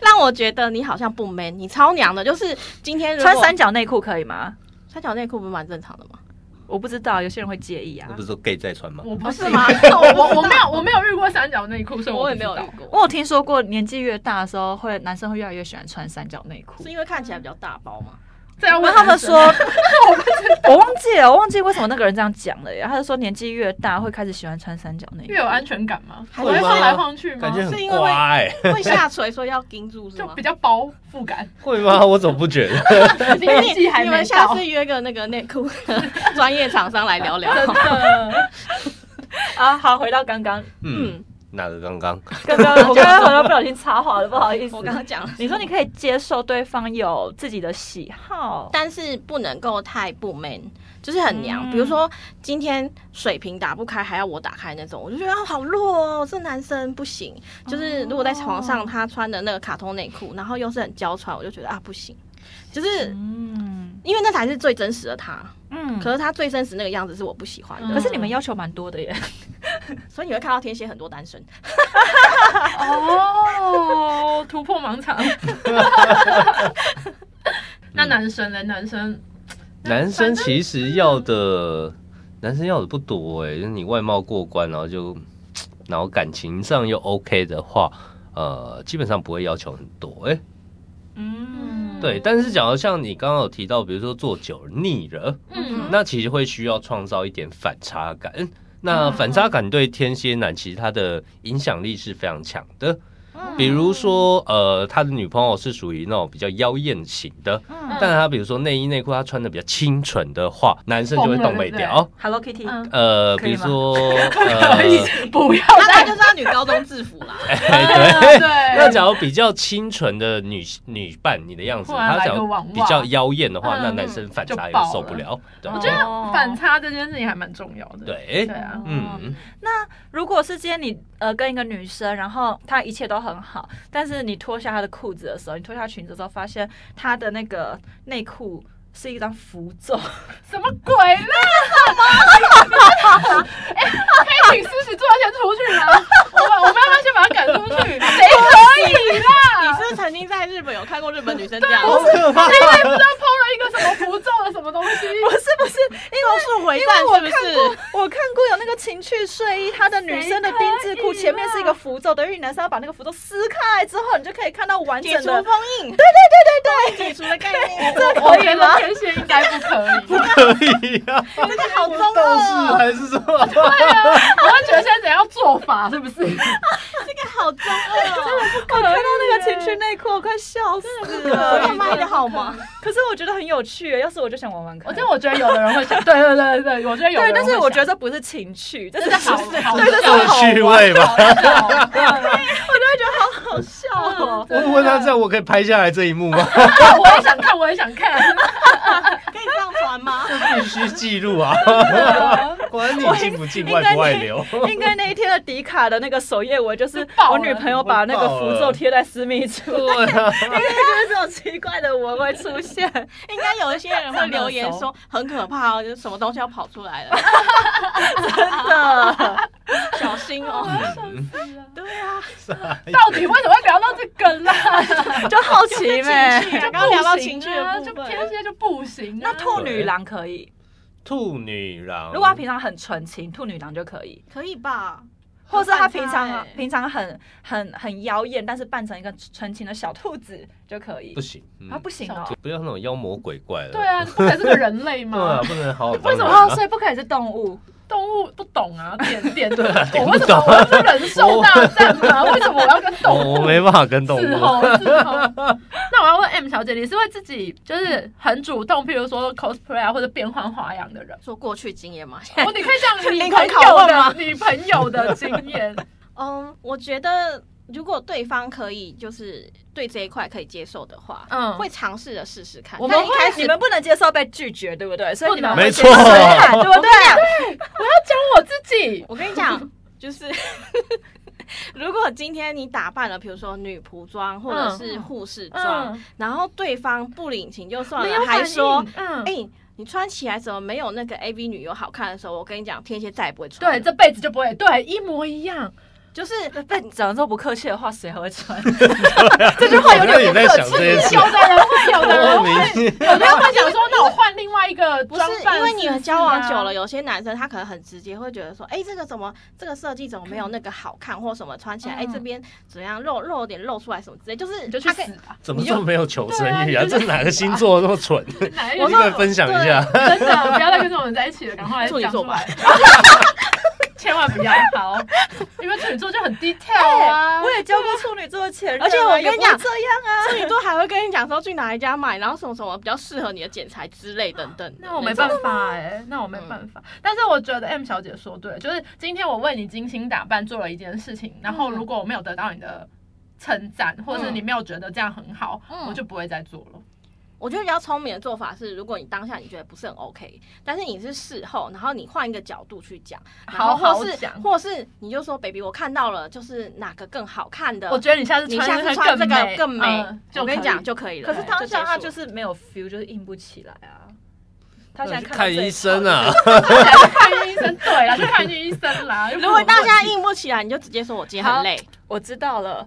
让我觉得你好像不 man，你超娘的。就是今天如果穿三角内裤可以吗？三角内裤不是蛮正常的吗？我不知道，有些人会介意啊那。不是说 gay 在穿吗？我不不哦是行吗 我我我没有我没有遇过三角内裤，所以我也不知没道有遇。过，我有听说过，年纪越大的时候会，男生会越来越喜欢穿三角内裤是。因为看起来比较大包 吗？这要我跟问他们男生 说，我忘记了，我忘记为什么那个人这样讲了耶。他就说年纪越大会开始喜欢穿三角内裤越。有安全感吗？还我是会吗晃来晃去吗感？觉是很因为乖、欸，会下垂，所以要盯住是就吗比？较包覆感，会吗？我怎么不觉得？ 年纪还你没们下到。次约个那个内裤 专业厂商来聊 聊。真的，啊，好，回到刚 刚，嗯，嗯，哪个刚刚？刚刚我刚刚好像不小心插话了，不好意思。我刚刚讲了，你说你可以接受对方有自己的喜好，但是不能够太不 man，就是很娘。嗯比如说今天水瓶打不开，还要我打开那种，我就觉得啊好弱哦，这男生不行。就是如果在床上他穿的那个卡通内哦裤，然后又是很娇喘，我就觉得啊不行。就是嗯因为那才是最真实的他，嗯，可是他最真实那个样子是我不喜欢的，可是你们要求蛮多的耶。所以你会看到天蝎很多单身。哦，突破盲 场。那男生呢？男生男生其实要的，男生要的不多哎、就是你外貌过关，然后就，然后感情上又 OK 的话，呃，基本上不会要求很多哎、嗯，对，但是假如像你刚刚有提到，比如说做久了腻了，嗯，那其实会需要创造一点反差感。那反差感对天蝎男其实他的影响力是非常强的。比嗯如说，呃，他的女朋友是属于那种比较妖艳型的，嗯但他比如说内衣内裤他穿的比较清纯的话，男生就会动美调。 ，Hello Kitty，嗯呃，可比以如吗说， 可以呃， 不要那他再就是他女高中制 服啦，哎对对。那假如比较清纯的女女伴，你的样子，忽然她来假个如网袜比较妖艳的话，嗯那男生反差就也爆了受不了。对我哦觉得反差这件事情还蛮重要的。对对，啊，嗯，如果是今天你呃跟一个女生，然后她一切都很好，但是你脱下她的裤子的时候，你脱下裙子的时候，发现她的那个内裤是一张符咒，什么鬼啦？哎，可以请思琪坐下先出去吗？我们我们要不要先把他赶出去？谁可以你啦？是不是曾经在日本有看过日本女生这样？好可 怕！你不知道抛了一个什么符咒的什么东西？不是不是，因咒术回为因战为我是不看过是？我看过有那个情趣睡衣，它的女生的丁字裤谁可以啊前面是一个符咒，等于你男生要把那个符咒撕开来之后，你就可以看到完整解除的封印，对对对对对，解除的概念，这我觉得天蝎应该不可以。可以啊，这个好中斗士二，还是什么？对啊，我会觉得现在怎样做法是不是？这个好中二，啊我看到那个情趣内裤，我快笑死这了个。卖的好 吗？可是我觉得很有趣耶，要是我就想玩玩看。我觉得我觉得有的人会想，对对对对，我觉得有的对，人但是我觉得得这不是情趣，这是好好对，这是 有好，趣味吧？我就会觉得好好笑哦。啊我问他这样，我可以拍下来这一幕吗？样，我也想看，我也想看。可以上传吗？必须记录啊！对啊管你进不进应外该不外那流。应该那一天的迪卡的那个首页文就是爆我了女朋友把那个爆符了咒贴在私密处，应对啊，该就是这种奇怪的文会出现。应该有一些人会留言这说很可怕哦，就是什么东西要跑出 来了，的，小心哦。啊到底为什么会聊到这个啦？就好奇呗。 情绪啊，刚刚聊到情绪啊，的就部天分，蝎就不行啊。嗯那兔女郎可以， 兔女郎，如果她平常很纯情，兔女郎就可哦以，可以吧？或是她很反平差常啊欸平常很很很妖艳，但是扮成一个纯情的小兔子就可以不。行，嗯啊，不行哦就，不要那种妖魔鬼怪了。对啊，你不可以是个人类 对啊，吗？不能好好当为什么人啊哦，所以不可以是动物。动物不懂啊，点点对啊我为什么我要跟人兽大战啊？为什么我要跟动哦我我物？没啊办法跟动伺物。候伺候。那我要问 M 小姐，你是会自己就是很主动，譬如说 cosplay 啊，或者变换花样的人？说过去经验 嘛，现在哦，你可以讲你灵朋魂友拷问的吗你朋友的经验，嗯，我觉得如果对方可以就是对这一块可以接受的话，嗯会尝试着试试看。我们但一开你始们不能接受被拒绝，对不对？所以你们会没先试试看错对不对？讲我自己。 我跟你讲，就是 如果今天你打扮了，比如说女仆装或者是护士装，嗯，然后对方不领情就算没有了，还反说应，嗯，：“哎、你穿起来怎么没有那个 A V 女优好看？”的时候，我跟你讲，天蝎再也不会穿对，了。这辈子就不会对一模一样。就是被讲这么不客气的话，谁还会穿？这句话有点也在想这件事有，的人会，有的人会，明有的人会想说，那我换另外一个不是装扮因为你试试们交往啊久了，，有些男生他可能很直接，会觉得说，哎、这个怎么这个设计怎么没有那个好看，或什么穿起来，哎、嗯这边怎样露露有点露出来什么之类，就是你就去他可以死吧！怎么这么没有求生欲对啊啊？这哪个星座这么蠢？哪一 你个可以分享一下。 真的不要再跟这种人在一起了，赶快处女讲座出来， 千万不要好，因为处女座就很 detail 哎啊。我也交过处女座的前任啊，而且我跟你也不会讲这样啊，处女座还会跟你讲说去哪一家买，然后什么什么比较适合你的剪裁之类等等的。那我没办法哎、那我没办法。但是我觉得 M 小姐说对了，就是今天我为你精心打扮做了一件事情，然嗯后如果我没有得到你的称赞，或是你没有觉得这样很好，嗯我就不会再做了。我觉得比较聪明的做法是，如果你当下你觉得不是很 OK，但是你是事后，然后你换一个角度去讲，然后好好或是讲或是你就说 baby，我看到了，就是哪个更好看的，我觉得你下次你穿下次穿这个更美，嗯就我跟你可以讲就可以可了。是当下他就是是没有 feel，就是硬不起来啊。他现在看到看这一医生啊，去嗯看医生，对啦，去看医生 啦。如如果大家硬不起来，你就直接说我今天很累。套，我知道了。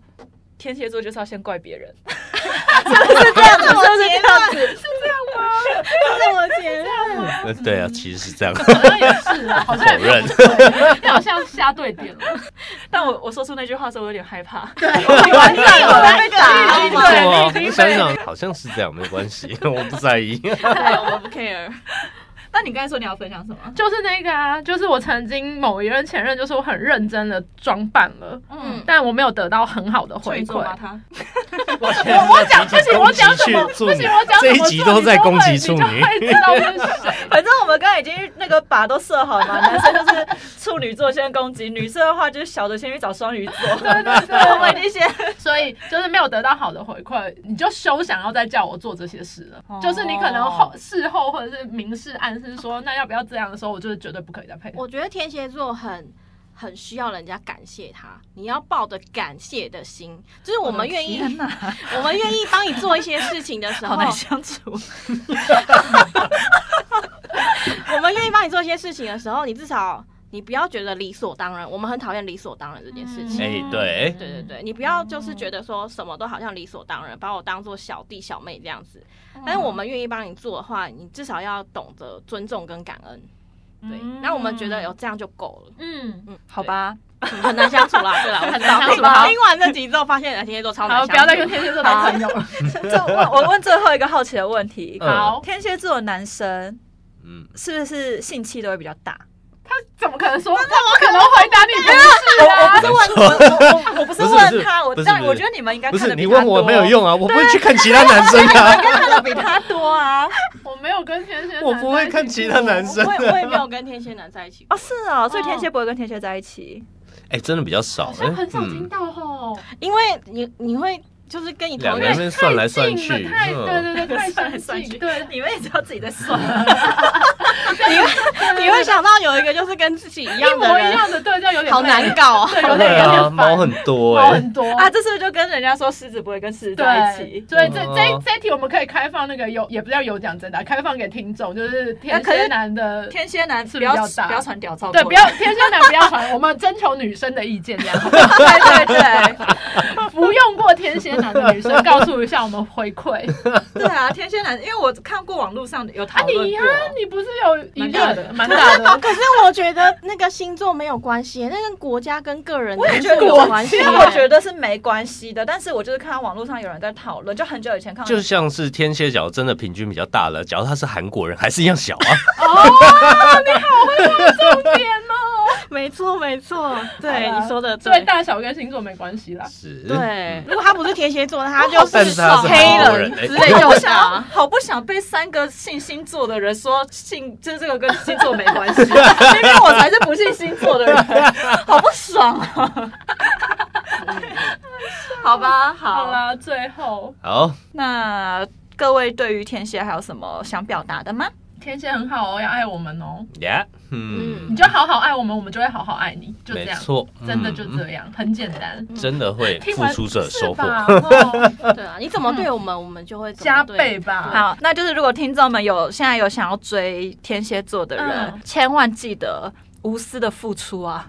天蝎座就是要先怪别人，是不是这样子？是不是这样子？是我结论。呃对啊，其实是这样。好像也是啊，好像也没有不对，你好像瞎对点了。但我我说出那句话的时候，我有点害怕。 完 蛋了我被打对，啊哇你已经啊想被想好像是这样，没关系， 我不在意。嗯对， 我不 care。那你刚才说你要分享什么？就是那个啊，就是我曾经某一任前任，就是我很认真的装扮了，嗯嗯，但我没有得到很好的处回女馈座。吗？他我我讲不行，我讲什么不行，我讲什么这一集都在攻击处你就会女。你就会知道是谁。 反正我们刚才已经那个靶都设好嘛，男生就是处女座先攻击，女生的话就是小的先去找双鱼座。对对对， 我们已经先所以就是没有得到好的回馈，你就休想要再叫我做这些事了。哦就是你可能后事后或者是明示暗示说，那要不要这样的时候，我就是绝对不可以再配合。我觉得天蝎座很很需要人家感谢他，你要抱着感谢的心，就是我们愿意，天哪，我们愿意帮你做一些事情 的时候好，难相处。我们愿意帮你做一些事情的时候，你至少你不要觉得理所当然。我们很讨厌理所当然这件事情。哎对对对嗯对，你不要就是觉得说什么都好像理所当然，把我当做小弟小妹这样子。嗯但是我们愿意帮你做的话，你至少要懂得尊重跟感恩。对，那我们觉得有这样就够了，嗯。嗯，好吧，很难相处啦， 对啦，我很难相相处处好啦。听完这集之后，发现天蝎座超难好，相处。不要再跟天蝎座当朋友 了。这问我问最后一个好奇的问题：嗯好，天蝎座的男生嗯，是不是性气都会比较大？他怎么可能说？他怎么可能回答你不是我啊？我不是问我我我我不是不是不问是他，我不是但不是我觉得你们应该不看是得比你他问我没有多，用啊，我不会去看其他男 生啊，看得比他多啊。我没有跟天蝎，我不会看其他男生我也我也没的。有跟天蝎男在一起 过哦，，是哦，所以天蝎不会跟天蝎在一起。 哎，真的比较少好，像很少听嗯，到吼。因为你你会就是跟你两同个人在那月边算来算去，太近了太嗯对对对，太相近，对。 啊你们也知道自己在算，你会想到有一个就是跟自己一一样的模一人，样的，对，这样有点好累难，搞啊！对，有对点有点啊，烦毛很多毛哎、很多啊，这是不是就跟人家说狮子不会跟狮子在一对起？，所以这嗯这一这一题我们可以开放那个有，也不叫有奖征答，开放给听众，就是天蝎男的，天蝎男是不比较要大不要传屌照过来，对，不要天蝎男不要传，我 们征求女生的意见，这样好不 好对对对服用过天蝎男的女生，告诉一下我们回馈。 对啊！天蝎男，因为我看过网络上有啊讨论你呀过，，你不是有一蛮大个的蛮大的，可是我觉得那个星座没有关系，那跟国家跟个人我也因素觉得有关系其耶。实我觉得是没关系的，但是我就是看到网络上有人在讨论，就很久以前看到，就像是天蝎角真的平均比较大了，假如他是韩国人，还是一样小 啊。变哦。没错没错，对好啦你说的所以对。大小跟星座没关系啦。是，对，如果他不是天蝎座，他就但是他是黑韩国人人哎 之类就我是想要啊。好不想被三个信星座的人说信，就是这个跟星座没关 系，明明我才是不信星座的人，好不爽 啊！好吧，好好，啦，最后好，那各位对于天蝎还有什么想表达的吗？天蝎很好哦，要爱我们哦，呀、嗯你，就好好爱我们，我们就会好好爱你，就这没样，错，真的就嗯这样，很简单。真的会听付完出者收获是。吧 哦对啊，你怎么对我们，我们就会怎么加对倍吧。好，那就是如果听众们有现在有想要追天蝎座的人，嗯千万记得。无私的付出啊，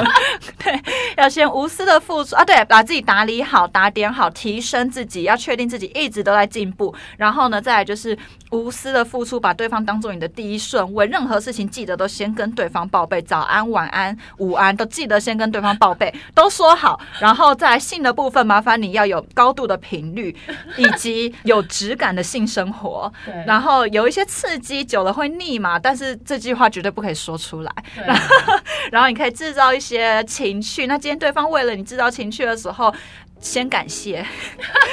对，要先无私的付出啊，对，把自己打理好、打点好，提升自己，要确定自己一直都在进步。然后呢，再来就是无私的付出，把对方当做你的第一顺位，任何事情记得都先跟对方报备，早安、晚安、午安都记得先跟对方报备，都说好。然后再来性的部分，麻烦你要有高度的频率，以及有质感的性生活。对，然后有一些刺激，久了会腻嘛，但是这句话绝对不可以说出来。 对然后你可以制造一些情趣。那今天对方为了你制造情趣的时候，先感谢，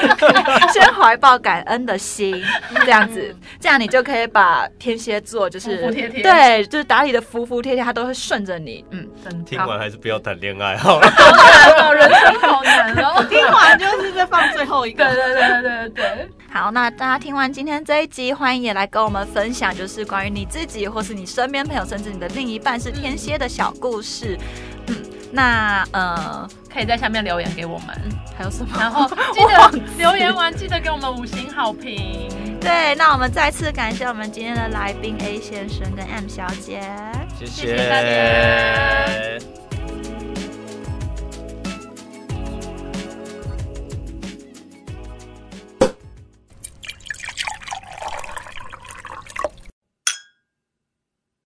先怀抱感恩的心，这样子，这样你就可以把天蝎座就是服服帖帖对，就是打理的服服帖帖，他都会顺着你。嗯，真听完还是不要谈恋爱好了。的，人生好难哦。听完就是在放最后一 对个。对对对对对，好，那大家听完今天这一集，欢迎也来跟我们分享，就是关于你自己或是你身边朋友，甚至你的另一半是天蝎的小故事。嗯，那呃，可以在下面留言给我们，还有什么？然后记 得留言完记得给我们五星好评。对，那我们再次感谢我们今天的来宾 A 先生跟 M 小姐。谢谢谢大家